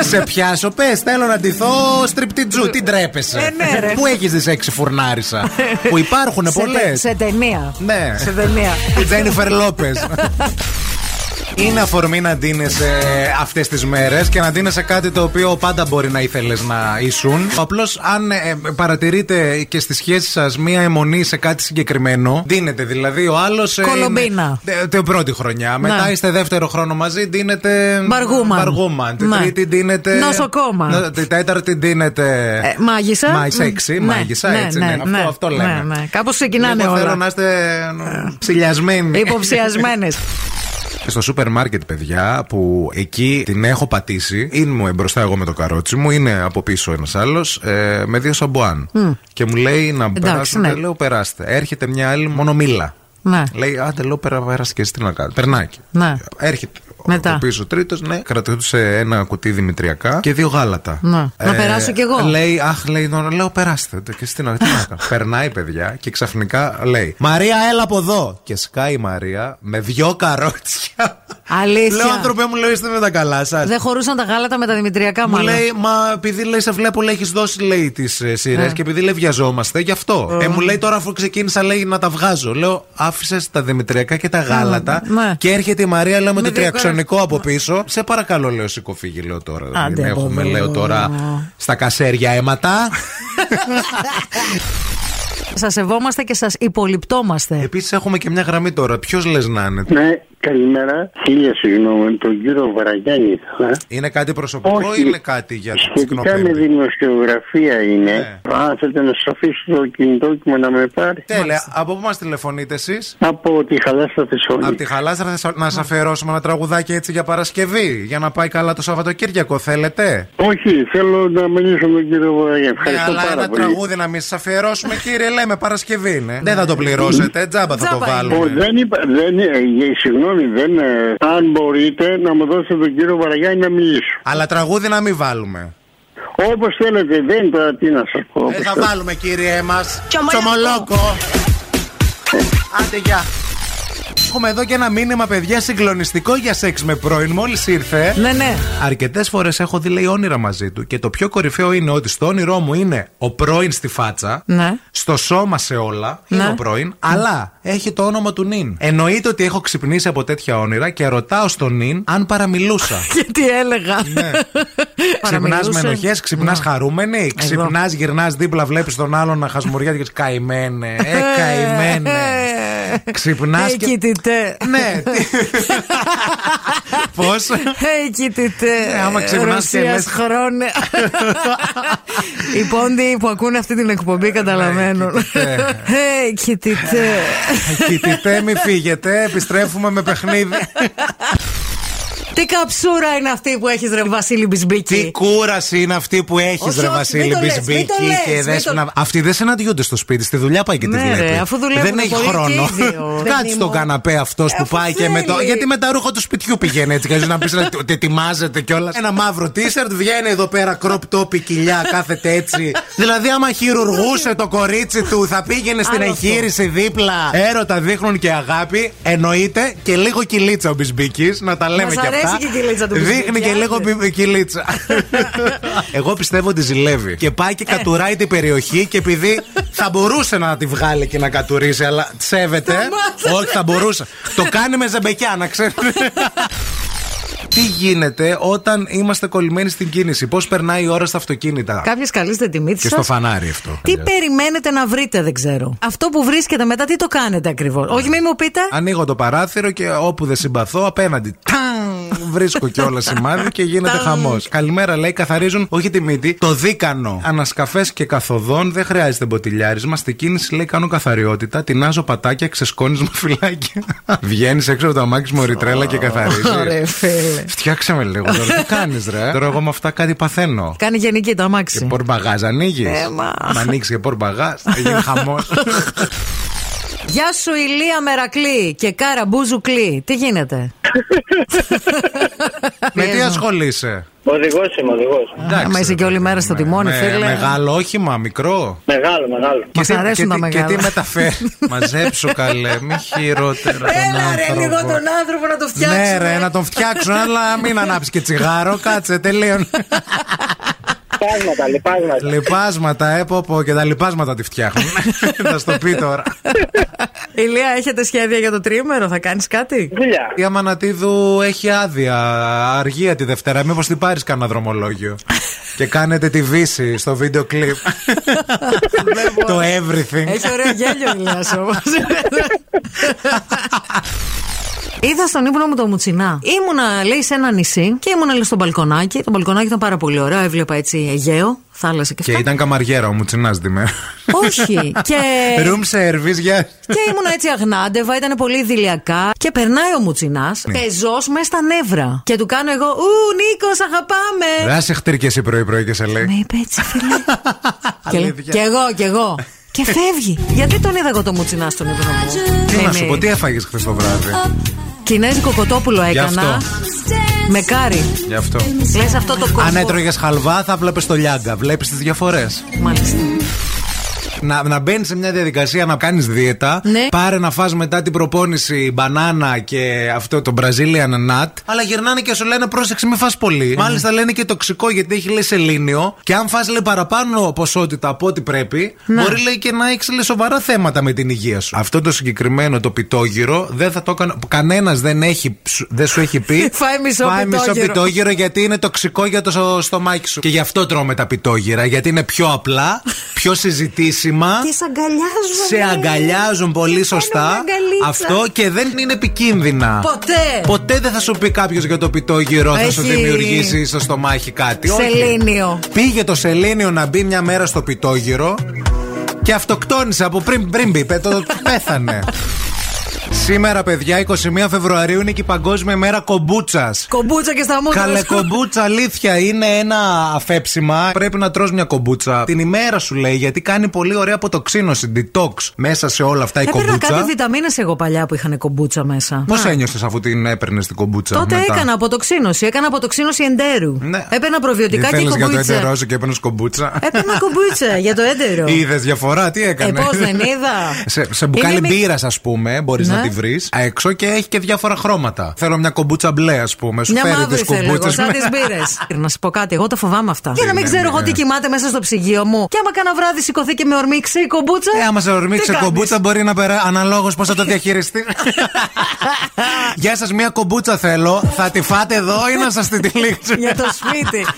Speaker 4: σε πιάσω, πες, θέλω να ντυθώ στριπτιτζού. Τι τρέπεσαι.
Speaker 3: Ε, ναι, ρε.
Speaker 4: Πού έχεις δει σε έξι φουρνάρισα. που υπάρχουν
Speaker 3: σε,
Speaker 4: πολλές.
Speaker 3: σε ταινία.
Speaker 4: Ναι.
Speaker 3: Σε ταινία.
Speaker 4: Η Τζένιφερ Λόπες. Είναι αφορμή να ντύνεσαι αυτές τις μέρες και να ντύνεσαι κάτι το οποίο πάντα μπορεί να ήθελες να ήσουν. Απλώς αν ε, παρατηρείτε και στη σχέση σας μία αιμονή σε κάτι συγκεκριμένο, ντύνεται δηλαδή ο άλλος... ε,
Speaker 3: Κολομπίνα.
Speaker 4: είναι- ε, Την πρώτη χρονιά. Μετά
Speaker 3: Ναι.
Speaker 4: είστε δεύτερο χρόνο μαζί, ντύνεται...
Speaker 3: Μπαργούμαν.
Speaker 4: Μπαργούμαν. Την
Speaker 3: Ναι.
Speaker 4: τρίτη ντύνεται...
Speaker 3: Νοσοκόμα.
Speaker 4: Νο- Την τέταρτη ντύνεται...
Speaker 3: Ε, μάγισσα.
Speaker 4: Μα, σεξι,
Speaker 3: Ναι,
Speaker 4: μάγισσα,
Speaker 3: ναι,
Speaker 4: έτσι.
Speaker 3: ναι,
Speaker 4: ναι.
Speaker 3: ναι,
Speaker 4: Αυτό, αυτό
Speaker 3: ναι,
Speaker 4: λέμε.
Speaker 3: ναι. Κάπως ξεκινάνε
Speaker 4: Λίγο Θέλω
Speaker 3: όλα.
Speaker 4: να είστε ε, ψηλιασμένοι.
Speaker 3: Υποψιασμένε.
Speaker 4: Στο σούπερ μάρκετ, παιδιά, που εκεί την έχω πατήσει. Είμαι μπροστά εγώ με το καρότσι μου, είναι από πίσω ένας άλλος, ε, με δύο σαμπουάν. Και μου λέει να περάσω.
Speaker 3: ναι.
Speaker 4: Λέω περάστε. Έρχεται μια άλλη μόνο μίλα.
Speaker 3: ναι.
Speaker 4: Λέει, άντε, λέω πέρα, πέρασε και εσύ τι να κάνω. Περνάκι.
Speaker 3: Ναι.
Speaker 4: Έρχεται.
Speaker 3: Μετά.
Speaker 4: Ο πίσω τρίτος, ναι, κρατούσε ένα κουτί δημητριακά και δύο γάλατα. Ε,
Speaker 3: Ναι. Να περάσω κι εγώ.
Speaker 4: Λέει, αχ, λέει, νο- λέω, περάστε. Και εσύ τι να, τι να κάνω. Περνάει, παιδιά, και ξαφνικά λέει, Μαρία, έλα από εδώ. Και σκάει η Μαρία με δυο καρότσια.
Speaker 3: Αλήθεια.
Speaker 4: Λέω, άνθρωπε μου, λέω, είστε με τα καλά σας.
Speaker 3: Δεν χωρούσαν τα γάλατα με τα δημητριακά
Speaker 4: Μου
Speaker 3: μάλλον.
Speaker 4: λέει, μα επειδή λέει, σε βλέπω, λέει, έχεις δώσει λέει τις σειρές
Speaker 3: Ναι.
Speaker 4: και επειδή λέει, βιαζόμαστε, γι' αυτό. Ε, μου λέει τώρα, αφού ξεκίνησα, λέει, να τα βγάζω. Λέω, άφησε τα δημητριακά και τα γάλατα
Speaker 3: ναι.
Speaker 4: και έρχεται η Μαρία, λέω, με,
Speaker 3: Με δύο
Speaker 4: το τριαξονικό από πίσω. Σε παρακαλώ, λέω, σηκώ, φύγει, λέω τώρα.
Speaker 3: Άντε
Speaker 4: Μην
Speaker 3: από
Speaker 4: έχουμε,
Speaker 3: εδώ.
Speaker 4: λέω τώρα, στα κασέρια αίματα.
Speaker 3: Σας σεβόμαστε και σας υπολοιπτόμαστε.
Speaker 4: Επίσης, έχουμε και μια γραμμή τώρα. Ποιος λες να είναι.
Speaker 9: Ναι, καλημέρα. Χίλια συγγνώμη, τον κύριο Βαραγιάννη ήθελα.
Speaker 4: Είναι κάτι προσωπικό ή είναι κάτι για την
Speaker 9: Σχετικά με
Speaker 4: τσικνοπέμπτη.
Speaker 9: δημοσιογραφία είναι.
Speaker 4: Ναι.
Speaker 9: Αν θέλετε να σας αφήσω το κινητό και μου να με πάρει.
Speaker 4: Τέλεια, από πού μας τηλεφωνείτε εσείς,
Speaker 9: Από τη Χαλάστα
Speaker 4: Απ'
Speaker 9: Θεσσαλονίκη.
Speaker 4: τη Χαλάστρα θα σα- να σας αφιερώσουμε ένα τραγουδάκι έτσι για Παρασκευή. Για να πάει καλά το Σαββατοκύριακο, θέλετε.
Speaker 9: Όχι, θέλω να μιλήσω με τον κύριο Βαραγιάννη.
Speaker 4: Ναι,
Speaker 9: Ευχαριστώ
Speaker 4: αλλά
Speaker 9: πάρα
Speaker 4: ένα
Speaker 9: πολύ.
Speaker 4: τραγούδι να μην σας αφιερώσουμε, κύριε, λέμε Παρασκευή είναι. Δεν θα το πληρώσετε, τζάμπα θα το
Speaker 3: Τζάμπα είναι.
Speaker 9: Ω,
Speaker 4: βάλουμε.
Speaker 9: δεν είπα, δεν, ε, ε, συγγνώμη, δεν, ε, αν μπορείτε να μου δώσετε τον κύριο Βαραγιάννη να μιλήσω.
Speaker 4: Αλλά τραγούδι να μην βάλουμε.
Speaker 9: Όπως θέλετε, δεν τώρα τι να σας πω. όπως
Speaker 4: Ε, θα
Speaker 9: θέλετε.
Speaker 4: βάλουμε, κύριε μας. Τσομολόκο. Άντε, γεια. Έχουμε εδώ και ένα μήνυμα, παιδιά, συγκλονιστικό για σεξ με πρώην. Μόλις ήρθε.
Speaker 3: Ναι, ναι.
Speaker 4: Αρκετές φορές έχω δει, λέει, όνειρα μαζί του. Και το πιο κορυφαίο είναι ότι στο όνειρό μου είναι ο πρώην στη φάτσα.
Speaker 3: Ναι.
Speaker 4: Στο σώμα σε όλα. Είναι
Speaker 3: Ναι.
Speaker 4: ο πρώην. Αλλά έχει το όνομα του νυν. Εννοείται ότι έχω ξυπνήσει από τέτοια όνειρα και ρωτάω στον νυν αν παραμιλούσα.
Speaker 3: Γιατί έλεγα. Ναι.
Speaker 4: Ξυπνάς
Speaker 3: Παραμιλούσε.
Speaker 4: Ναι. με ενοχές, ξυπνάς χαρούμενη, ξυπνάς, γυρνάς δίπλα, βλέπεις τον άλλον να χασμουριά και καημένε. Ε, καημένε. Ξυπνάς.
Speaker 3: Ε, κοιτητέ.
Speaker 4: Ναι. Πώς.
Speaker 3: Ε, κοιτητέ.
Speaker 4: Ε, άμα ξυπνάς και
Speaker 3: Ρωσίας
Speaker 4: λες-
Speaker 3: χρόνια. Οι πόντοι που ακούνε αυτή την εκπομπή καταλαβαίνουν.
Speaker 4: Ε, ναι, κοιτητέ. Ε,
Speaker 3: Ε, κοιτητέ.
Speaker 4: Κοιτητέ, μη φύγετε, επιστρέφουμε με παιχνίδι.
Speaker 3: Τι καψούρα είναι αυτή που έχεις ρε Βασίλη
Speaker 4: Τι
Speaker 3: Μπισμπίκη.
Speaker 4: κούραση είναι αυτή που έχεις,
Speaker 3: Όχι,
Speaker 4: ρε
Speaker 3: όχι,
Speaker 4: Βασίλη
Speaker 3: μην το λες, μην το
Speaker 4: Μπισμπίκη
Speaker 3: λες,
Speaker 4: και
Speaker 3: μην το-
Speaker 4: Δέσποινα. Αυτοί δεν συναντιούνται στο σπίτι, στη δουλειά πάει και τη
Speaker 3: Ναι,
Speaker 4: βλέπει.
Speaker 3: ρε, αφού δουλεύουν
Speaker 4: δεν έχει
Speaker 3: πολύ και
Speaker 4: χρόνο.
Speaker 3: οι δύο. Ε,
Speaker 4: Κάτσε στον καναπέ αυτός που
Speaker 3: Αφού
Speaker 4: πάει και με το.
Speaker 3: θέλει.
Speaker 4: Γιατί με τα ρούχα του σπιτιού πηγαίνει έτσι. Κάτσε να πεις ότι ετοιμάζεται κιόλας. Ένα μαύρο τίσερτ βγαίνει εδώ πέρα κροπ τόπι κοιλιά, κάθεται έτσι. δηλαδή, άμα χειρουργούσε το κορίτσι του, θα πήγαινε στην
Speaker 3: Άλλο αυτό.
Speaker 4: εγχείρηση δίπλα. Έρωτα δείχνουν και αγάπη. Εννοείται και λίγο κυλίτσα ο Μπισμπίκης, να τα λέμε
Speaker 3: Μας
Speaker 4: κι
Speaker 3: αρέσει
Speaker 4: αυτά.
Speaker 3: και η κυλίτσα του
Speaker 4: Δείχνει
Speaker 3: Μπισμπίκη,
Speaker 4: και
Speaker 3: άντε.
Speaker 4: λίγο μπι- κυλίτσα. Εγώ πιστεύω ότι ζηλεύει. Και πάει και κατουράει την περιοχή και επειδή θα μπορούσε να τη βγάλει και να κατουρίσει, αλλά σέβεται.
Speaker 3: Σταμάτα.
Speaker 4: Όχι, θα μπορούσε. Το κάνει με ζεμπεκιά, να ξέρετε. Τι γίνεται όταν είμαστε κολλημένοι στην κίνηση, Πώς περνάει η ώρα στα αυτοκίνητα.
Speaker 3: Κάποιες καλείστε τιμή της
Speaker 4: Και στο φανάρι αυτό.
Speaker 3: Τι περιμένετε να βρείτε, δεν ξέρω. Αυτό που βρίσκετε μετά, τι το κάνετε ακριβώς. Όχι, μην μου πείτε.
Speaker 4: Ανοίγω το παράθυρο και όπου δεν συμπαθώ, απέναντι. Τάγκ! Βρίσκω και όλα σημάδι και γίνεται χαμός. Καλημέρα, λέει, καθαρίζουν όχι τη μύτη, το δίκανο. Ανασκαφές και καθοδόν δεν χρειάζεται μποτιλιάρισμα. Στη κίνηση, λέει, κάνω καθαριότητα, τεινάζω πατάκια, ξεσκόνισμα φυλάκια. Βγαίνεις έξω από το αμάξι μου ρητρέλα και καθαρίζεις.
Speaker 3: Ωραία, φίλε.
Speaker 4: Φτιάξε με λίγο τώρα, τι κάνεις, ρε. Τώρα εγώ με αυτά κάτι παθαίνω.
Speaker 3: Κάνει γενική το
Speaker 4: Και
Speaker 3: αμάξι.
Speaker 4: πορμπαγάζ ανοίγεις.
Speaker 3: Ε, μα.
Speaker 4: Μα ανοίξεις και πορμπαγάζ, θα γίνει χαμός.
Speaker 3: Γεια σου, Ηλία Μερακλή και Κάρα Μπουζουκλή. Τι γίνεται.
Speaker 4: Με τι ασχολείσαι.
Speaker 5: Οδηγός είμαι, οδηγός.
Speaker 4: Εντάξει,
Speaker 3: Μα είσαι
Speaker 4: ρε,
Speaker 3: και όλη μέρα στο τιμόνι,
Speaker 4: με-
Speaker 3: φίλε.
Speaker 4: Μεγάλο όχημα, μικρό.
Speaker 5: Μεγάλο, μεγάλο.
Speaker 3: Μας
Speaker 4: τι-
Speaker 3: αρέσουν
Speaker 4: και
Speaker 3: τα
Speaker 4: τι- Και
Speaker 3: μεγάλα.
Speaker 4: τι μεταφέρει. Μαζέψου καλέ, μη χειρότερα.
Speaker 3: Έλα ρε, λίγο τον άνθρωπο να το φτιάξουμε.
Speaker 4: Ναι, ρε, να τον φτιάξουν, αλλά μην ανάψει και τσιγάρο. Κάτσε, τελείωνε.
Speaker 5: Πάσματα, λιπάσματα.
Speaker 4: λιπάσματα, ε, πω, πω, και τα λιπάσματα τη φτιάχνουν. Θα στο πει τώρα.
Speaker 3: Ηλία, έχετε σχέδια για το τρίμερο, θα κάνεις κάτι.
Speaker 5: Δουλειά.
Speaker 4: Η Αμανατίδου έχει άδεια αργία τη Δευτέρα. Μήπως την πάρεις κανένα δρομολόγιο. και κάνετε τη βύση στο βίντεο κλιπ. το everything.
Speaker 3: Έχει ωραίο γέλιο η Ηλίας όμως. Είδα στον ύπνο μου το μουτσινά. Ήμουνα, λέει, σε ένα νησί και ήμουνα, λέει, στο μπαλκονάκι. Το μπαλκονάκι ήταν πάρα πολύ ωραίο. Έβλεπα έτσι Αιγαίο, θάλασσα και
Speaker 4: και
Speaker 3: αυτά.
Speaker 4: ήταν καμαριέρα ο Μουτσινάς τη μέρα.
Speaker 3: Όχι. και...
Speaker 4: Room service για.
Speaker 3: και ήμουν έτσι αγνάντευα, ήταν πολύ δηλιακά. Και περνάει ο Μουτσινάς,
Speaker 4: Ναι.
Speaker 3: πεζός μες στα νεύρα. Και του κάνω εγώ, Ου, Νίκος, αγαπάμε.
Speaker 4: Δεν σε χτύρκε εσύ πρωί-πρωί και σε
Speaker 3: Με
Speaker 4: λέει.
Speaker 3: είπε έτσι, φίλε. Ναι. και, λέει,
Speaker 4: Αλήθεια.
Speaker 3: κι εγώ, κι εγώ. και φεύγει. Γιατί τον είδα εγώ το Μουτσινά στον ύπνο μου.
Speaker 4: Τι να
Speaker 3: Μη,
Speaker 4: σου
Speaker 3: μη.
Speaker 4: πω, τι έφαγες χθες το βράδυ.
Speaker 3: Κινέζικο κοτόπουλο
Speaker 4: Γι' αυτό.
Speaker 3: έκανα. Με κάρι.
Speaker 4: Γι' αυτό.
Speaker 3: Λες αυτό το κόμμα.
Speaker 4: Αν έτρωγες χαλβά, θα βλέπεις το λιάγκα. Βλέπεις τις διαφορές.
Speaker 3: Μάλιστα.
Speaker 4: Να, να μπαίνεις σε μια διαδικασία να κάνεις δίαιτα.
Speaker 3: Ναι.
Speaker 4: Πάρε να φας μετά την προπόνηση μπανάνα και αυτό το Brazilian nut. Αλλά γυρνάνε και σου λένε πρόσεξε, μην φας πολύ.
Speaker 3: Ναι.
Speaker 4: Μάλιστα λένε και τοξικό γιατί έχει λέει σελήνιο. Και αν φας λέει παραπάνω ποσότητα από ό,τι πρέπει,
Speaker 3: Ναι.
Speaker 4: μπορεί λέει και να έχεις λέει σοβαρά θέματα με την υγεία σου. Αυτό το συγκεκριμένο το πιτόγυρο δεν θα το έκανε. Κανένας δεν, έχει, σου- δεν σου έχει πει.
Speaker 3: Φάε μισό πιτόγυρο».
Speaker 4: πιτόγυρο πιτόγυρο γιατί είναι τοξικό για το σο- στομάχι σου. Και γι' αυτό τρώμε τα πιτόγυρα, γιατί είναι πιο απλά, πιο συζητήσιμα.
Speaker 3: Και σε αγκαλιάζουν.
Speaker 4: σε αγκαλιάζουν πολύ σωστά.
Speaker 3: αγκαλίτσα.
Speaker 4: Αυτό και δεν είναι επικίνδυνα.
Speaker 3: Ποτέ.
Speaker 4: Ποτέ δεν θα σου πει κάποιος για το πιτόγυρο, θα σου
Speaker 3: Έχει-
Speaker 4: δημιουργήσει στο στομάχι κάτι. Όχι.
Speaker 3: Σελήνιο.
Speaker 4: Πήγε το σελήνιο να μπει μια μέρα στο πιτόγυρο και αυτοκτόνησε από πριν, πριν μπει. πέ- το- Πέθανε. Σήμερα, παιδιά, 21 Φεβρουαρίου είναι και η Παγκόσμια Μέρα Κομπούτσας.
Speaker 3: Κομπούτσα και στα μούτρα.
Speaker 4: Καλέ κομπούτσα, αλήθεια είναι ένα αφέψιμα. Πρέπει να τρως μια κομπούτσα την ημέρα σου λέει, γιατί κάνει πολύ ωραία αποτοξίνωση, detox μέσα σε όλα αυτά η
Speaker 3: Έπαιρνα κάτι
Speaker 4: κομπούτσα.
Speaker 3: βιταμίνες εγώ παλιά που είχαν κομπούτσα μέσα.
Speaker 4: Πώς ένιωσες αφού την έπαιρνες την κομπούτσα,
Speaker 3: Τότε
Speaker 4: μετά?
Speaker 3: έκανα αποτοξίνωση. Έκανα αποτοξίνωση εντέρου.
Speaker 4: Ναι.
Speaker 3: Έπαιρνα προβιωτικά και
Speaker 4: Ήθελες για το
Speaker 3: κομπούτσα.
Speaker 4: έντερό σου και έπαιρνες κομπούτσα.
Speaker 3: Έπαιρνα κομπούτσα για το έντερο.
Speaker 4: Είδες διαφορά, τι
Speaker 3: Ε,
Speaker 4: έκανε.
Speaker 3: πώς δεν είδα.
Speaker 4: σε, σε μπουκάλι
Speaker 3: Είναι μι-
Speaker 4: μπύρας μπύρα, ας πούμε, μπορείς
Speaker 3: Ναι.
Speaker 4: να τη βρεις έξω και έχει και διάφορα χρώματα. Θέλω μια κομπούτσα μπλε, ας πούμε. Σου
Speaker 3: Μια
Speaker 4: φέρει
Speaker 3: μαύρη
Speaker 4: τις
Speaker 3: θέλω εγώ,
Speaker 4: κομπούτσες.
Speaker 3: σαν τις μπύρες. να σου πω κάτι, εγώ τα φοβάμαι αυτά. Για να μην
Speaker 4: ναι,
Speaker 3: ξέρω
Speaker 4: ναι,
Speaker 3: εγώ τι
Speaker 4: ναι.
Speaker 3: κοιμάται μέσα στο ψυγείο μου. Και άμα κάνα βράδυ σηκωθεί και με ορμήξει η κομπούτσα.
Speaker 4: Ε, άμα σε
Speaker 3: τι
Speaker 4: ορμήξει
Speaker 3: κάνεις?
Speaker 4: κομπούτσα, μπορεί να περάσει. Αναλόγως πώς θα το διαχειριστεί. Γεια σας, μία κομπούτσα θέλω. Θα τη φάτε εδώ ή να σας την τυλίξω.
Speaker 3: Για το σπίτι.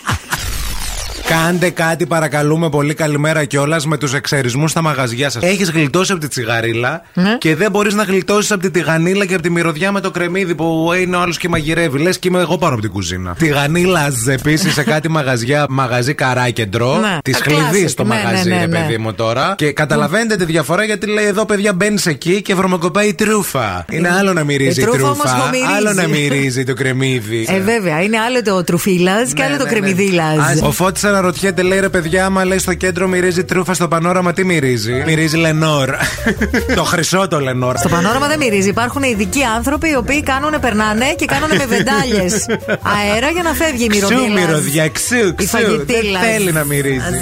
Speaker 4: Κάντε κάτι, παρακαλούμε πολύ. Καλημέρα κιόλας με τους εξαιρισμού στα μαγαζιά σας. Έχεις γλιτώσει από τη τσιγαρίλα
Speaker 3: Ναι.
Speaker 4: και δεν μπορείς να γλιτώσεις από τη τηγανίλα και από τη μυρωδιά με το κρεμμύδι που ε, είναι ο άλλος και μαγειρεύει. Λες και είμαι εγώ πάνω από την κουζίνα. Τηγανίλα επίση σε κάτι μαγαζιά, μαγαζί καράκεντρο.
Speaker 3: Ναι.
Speaker 4: Τη
Speaker 3: Α,
Speaker 4: χλειδί
Speaker 3: classic.
Speaker 4: το
Speaker 3: Ναι,
Speaker 4: μαγαζί,
Speaker 3: ναι, ναι,
Speaker 4: ρε
Speaker 3: ναι.
Speaker 4: παιδί μου τώρα. Και καταλαβαίνετε τη διαφορά γιατί λέει εδώ, παιδιά, μπαίνεις εκεί και βρωμοκοπάει η τρούφα. Είναι άλλο να μυρίζει η
Speaker 3: τρούφα
Speaker 4: τρούφα,
Speaker 3: όμως βρωμυρίζει.
Speaker 4: άλλο να μυρίζει το κρεμμύδι.
Speaker 3: Ε, βέβαια, είναι άλλο το τρουφίλας
Speaker 4: Ναι,
Speaker 3: και άλλο το κρεμμυδίλας.
Speaker 4: Ας, Ο Φώτης αναρωτιέται, λέει ρε παιδιά, άμα λέει στο κέντρο μυρίζει τρούφα στο πανόραμα, τι μυρίζει. Μυρίζει Λενόρ. το χρυσό το Λενόρ.
Speaker 3: Στο πανόραμα δεν μυρίζει. Υπάρχουν ειδικοί άνθρωποι οι οποίοι κάνουν, περνάνε και κάνουν με βεντάλιες αέρα για να φεύγει η
Speaker 4: Ξού
Speaker 3: μυρωδίλα.
Speaker 4: μυρωδιά, ξού,
Speaker 3: Η
Speaker 4: ξού. Δεν
Speaker 3: φαγητήλα.
Speaker 4: θέλει να μυρίζει.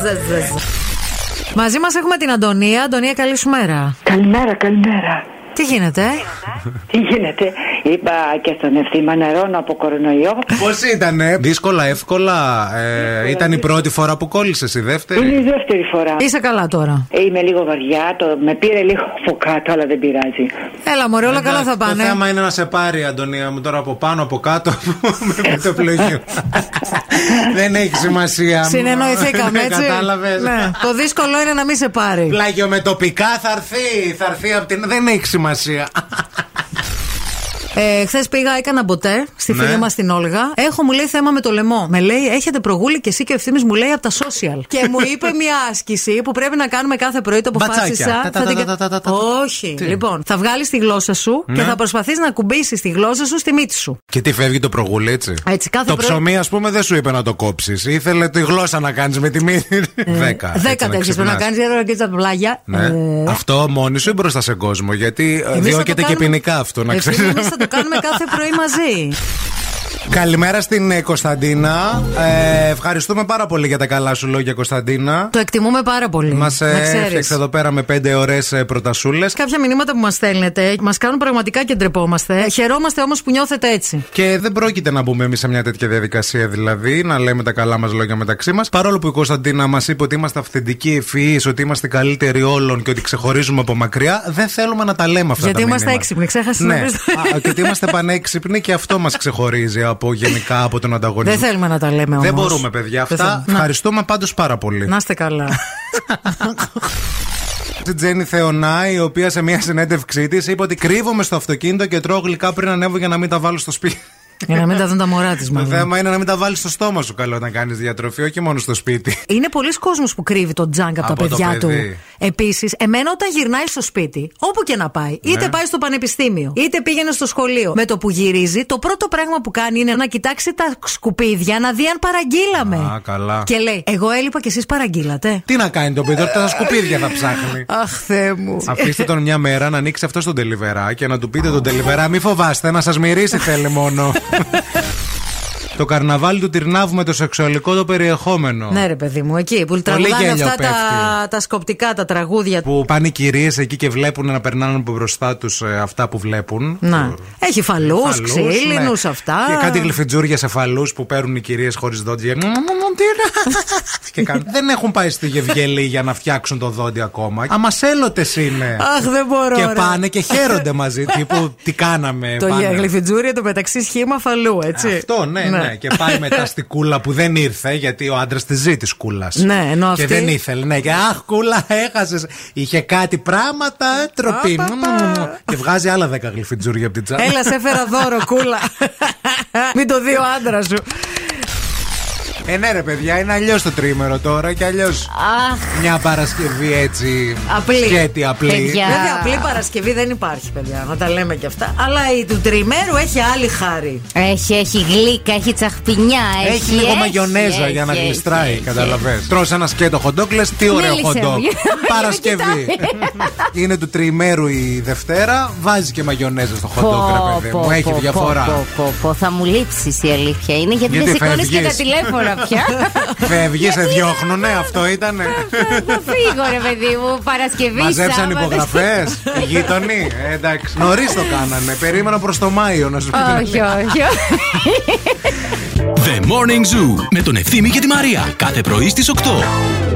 Speaker 3: Μαζί μας έχουμε την Αντωνία. Αντωνία, καλή σου μέρα.
Speaker 10: Καλημέρα, καλημέρα.
Speaker 3: Τι γίνεται, ε?
Speaker 10: Τι γίνεται, είπα και στον ευθύμα νερών από κορονοϊό.
Speaker 4: Πώς ήτανε, δύσκολα, εύκολα. Ε, ήταν η πρώτη φορά που κόλλησες, η
Speaker 10: Είναι
Speaker 4: δεύτερη.
Speaker 10: η δεύτερη φορά. Ε,
Speaker 3: Είσαι καλά τώρα.
Speaker 10: Είμαι λίγο βαριά, το, με πήρε λίγο από κάτω, αλλά δεν πειράζει.
Speaker 3: Έλα, μωρέ, όλα καλά θα
Speaker 4: Το
Speaker 3: πάνε.
Speaker 4: θέμα είναι να σε πάρει, Αντωνία μου, τώρα από πάνω, από κάτω, με το πλοηγείο. Δεν έχει σημασία.
Speaker 3: Συνεννοηθήκαμε,
Speaker 4: Ναι,
Speaker 3: έτσι.
Speaker 4: Κατάλαβες.
Speaker 3: Ναι. Το δύσκολο είναι να μην σε πάρει.
Speaker 4: Πλάγιο με τοπικά θα έρθει, θα έρθει από την. Δεν έχει σημασία.
Speaker 3: Ε, Χθες πήγα, έκανα ποτέ στη
Speaker 4: Ναι.
Speaker 3: φίλη μας την Όλγα. Έχω, μου λέει, θέμα με το λαιμό. Με λέει, έχετε προγούλη και εσύ και ο ευθύνη μου λέει από τα social. και μου είπε μια άσκηση που πρέπει να κάνουμε κάθε πρωί το
Speaker 4: Μπατσάκια.
Speaker 3: αποφάσισα.
Speaker 4: Τα, τα,
Speaker 3: θα την
Speaker 4: τα,
Speaker 3: κα-
Speaker 4: τα, τα, τα, τα, τα.
Speaker 3: Όχι.
Speaker 4: Τι?
Speaker 3: Λοιπόν, θα βγάλεις τη γλώσσα σου και
Speaker 4: Ναι.
Speaker 3: θα προσπαθείς να κουμπίσεις τη γλώσσα σου στη μύτη σου.
Speaker 4: Και τι φεύγει το προγούλι, έτσι.
Speaker 3: Έτσι, κάθε
Speaker 4: το
Speaker 3: πρωί-
Speaker 4: ψωμί, ας πούμε, δεν σου είπε να το κόψεις. Ήθελε τη γλώσσα να κάνεις με τη μύτη. Δέκα. έτσι,
Speaker 3: Ε, Δέκα τέτοιε πρέπει να
Speaker 4: ξυπνάς.
Speaker 3: κάνεις για να τα πλάγια. Ε,
Speaker 4: Ναι. Αυτό μόνη σου ή μπροστά σε κόσμο. Γιατί ε, διώκεται και ποινικά αυτό, να ξέρει.
Speaker 3: Εμεί θα το κάνουμε κάθε πρωί μαζί.
Speaker 4: Καλημέρα στην ε, Κωνσταντίνα. Ε, ευχαριστούμε πάρα πολύ για τα καλά σου λόγια, Κωνσταντίνα.
Speaker 3: Το εκτιμούμε πάρα πολύ.
Speaker 4: Μας
Speaker 3: να ξέρεις.
Speaker 4: έφτιαξε εδώ πέρα με πέντε ε, ωραίε προτασούλες.
Speaker 3: Κάποια μηνύματα που μας στέλνετε μας κάνουν πραγματικά και ντρεπόμαστε. Χαιρόμαστε όμως που νιώθετε έτσι.
Speaker 4: Και δεν πρόκειται να μπούμε εμείς σε μια τέτοια διαδικασία, δηλαδή να λέμε τα καλά μας λόγια μεταξύ μας. Παρόλο που η Κωνσταντίνα μας είπε ότι είμαστε αυθεντικοί, ευφυείς, ότι είμαστε καλύτεροι όλων και ότι ξεχωρίζουμε από μακριά, δεν θέλουμε να τα λέμε αυτά.
Speaker 3: Γιατί
Speaker 4: τα
Speaker 3: είμαστε
Speaker 4: μήνυμα.
Speaker 3: έξυπνοι, ξέχασα να
Speaker 4: ναι.
Speaker 3: πεις.
Speaker 4: Α, και ότι είμαστε πανέξυπνοι και αυτό μας ξεχωρίζει από γενικά από τον ανταγωνισμό.
Speaker 3: Δεν θέλουμε να τα λέμε όμω.
Speaker 4: Δεν μπορούμε, παιδιά. Αυτά
Speaker 3: Να,
Speaker 4: ευχαριστούμε πάντως πάρα πολύ.
Speaker 3: να είστε καλά.
Speaker 4: Την Τζέννη Θεονά, η οποία σε μια συνέντευξή της είπε ότι κρύβομαι στο αυτοκίνητο και τρώω γλυκά πριν ανέβω για να μην τα βάλω στο σπίτι.
Speaker 3: Για να μην τα δουν τα μωρά της,
Speaker 4: Το
Speaker 3: μάλλον.
Speaker 4: θέμα είναι να μην τα βάλεις στο στόμα σου καλό όταν κάνεις διατροφή, όχι μόνο στο σπίτι.
Speaker 3: Είναι πολλοί κόσμος που κρύβει τον τζάγκ από,
Speaker 4: Από
Speaker 3: τα
Speaker 4: το
Speaker 3: παιδιά του.
Speaker 4: παιδί.
Speaker 3: Επίσης, εμένα όταν γυρνάει στο σπίτι, όπου και να πάει,
Speaker 4: Ναι.
Speaker 3: είτε πάει στο πανεπιστήμιο, είτε πήγαινε στο σχολείο, με το που γυρίζει, το πρώτο πράγμα που κάνει είναι να κοιτάξει τα σκουπίδια να δει αν παραγγείλαμε.
Speaker 4: Α, καλά.
Speaker 3: Και λέει, Εγώ έλειπα και εσείς παραγγείλατε.
Speaker 4: Τι να κάνει το παιδί, τώρα τα σκουπίδια θα ψάχνει.
Speaker 3: Αχ, Θεέ μου.
Speaker 4: Αφήστε τον μια μέρα να ανοίξει αυτό στον τελιβερά και να του πείτε τον τελιβερά, μη φοβάστε, να σας μυρίσει θέλει μόνο. το καρναβάλι του τυρνάβου με το σεξουαλικό το περιεχόμενο.
Speaker 3: Ναι, ρε παιδί μου, εκεί που τραγουδάνε
Speaker 4: γέλιο
Speaker 3: αυτά τα,
Speaker 4: πέφτει.
Speaker 3: τα σκοπτικά, τα τραγούδια.
Speaker 4: Που πάνε οι κυρίες εκεί και βλέπουν να περνάνε από μπροστά τους αυτά που βλέπουν.
Speaker 3: Να. Έχει φαλούς,
Speaker 4: Φαλούς,
Speaker 3: ξύλινους,
Speaker 4: ναι.
Speaker 3: αυτά.
Speaker 4: Και κάτι γλυφιτζούρια σε φαλούς που παίρνουν οι κυρίες χωρίς δόντια. Μου, μου, μου, τι είναι. Και κάνουν. Δεν έχουν πάει στη Γευγελή για να φτιάξουν το δόντι ακόμα. Αμασέλωτε είναι.
Speaker 3: Αχ, δεν μπορώ.
Speaker 4: Και
Speaker 3: ρε.
Speaker 4: πάνε και χαίρονται μαζί. Τύπου τι κάναμε.
Speaker 3: Το
Speaker 4: πάνε.
Speaker 3: γλυφιτζούρι το μεταξύ σχήμα φαλού, έτσι.
Speaker 4: Αυτό, ναι, ναι, Και πάει μετά στη κούλα που δεν ήρθε, γιατί ο άντρας τη ζει της κούλας.
Speaker 3: Ναι, ενώ
Speaker 4: Και
Speaker 3: αυτή-
Speaker 4: δεν ήθελε. Ναι, και αχ, κούλα, έχασες. Είχε κάτι πράγματα, τροπή.
Speaker 3: Άπαπα.
Speaker 4: Και βγάζει άλλα δέκα γλυφιτζούρια από την τσάντα.
Speaker 3: Έλα, σε έφερα δώρο, κούλα. Μην το δει ο άντρας σου.
Speaker 4: Ε, ναι, ρε παιδιά, είναι αλλιώς το τρίμερο τώρα και αλλιώς.
Speaker 2: Αχ,
Speaker 4: Μια Παρασκευή έτσι.
Speaker 2: Απλή.
Speaker 4: Σκέτη απλή.
Speaker 2: Παιδιά.
Speaker 3: Βέβαια, απλή Παρασκευή δεν υπάρχει, παιδιά, να τα λέμε και αυτά. Αλλά η του τριμέρου έχει άλλη χάρη.
Speaker 2: έχει, έχει γλύκα, έχει τσαχπινιά. Έχει,
Speaker 4: Έχει, λίγο
Speaker 2: έχει,
Speaker 4: μαγιονέζα για να
Speaker 2: έχει,
Speaker 4: γλιστράει,
Speaker 2: έχει,
Speaker 4: καταλαβες. Τρως ένα σκέτο χοντόκ, λες τι ωραίο
Speaker 2: Μίλησε
Speaker 4: χοντόκ.
Speaker 2: μου.
Speaker 4: Παρασκευή. είναι του τριημέρου η Δευτέρα, βάζει και μαγιονέζα στο χοντόκ, ρε παιδί
Speaker 2: Πω,
Speaker 4: μου.
Speaker 2: πω,
Speaker 4: Έχει
Speaker 2: πω,
Speaker 4: διαφορά.
Speaker 2: πω, πω, πω. Θα μου λείψεις η αλήθεια είναι γιατί,
Speaker 4: Γιατί
Speaker 2: δεν σηκώνεις και τα
Speaker 4: φεύγεις.
Speaker 2: τηλέφωνα. πια.
Speaker 4: Φεύγεις, σε διώχνουνε, αυτό ήταν.
Speaker 2: Θα φύγω, ρε παιδί μου. Παρασκευή.
Speaker 4: Μαζέψαν
Speaker 2: Σάββατο.
Speaker 4: υπογραφές. Γείτονοι, ε, εντάξει. Νωρίς το κάνανε. Περίμενα προς το Μάιο να σου πει. την
Speaker 2: Όχι, όχι. όχι.
Speaker 1: The Morning Zoo με τον Ευθύμη και τη Μαρία. Κάθε πρωί στις 8.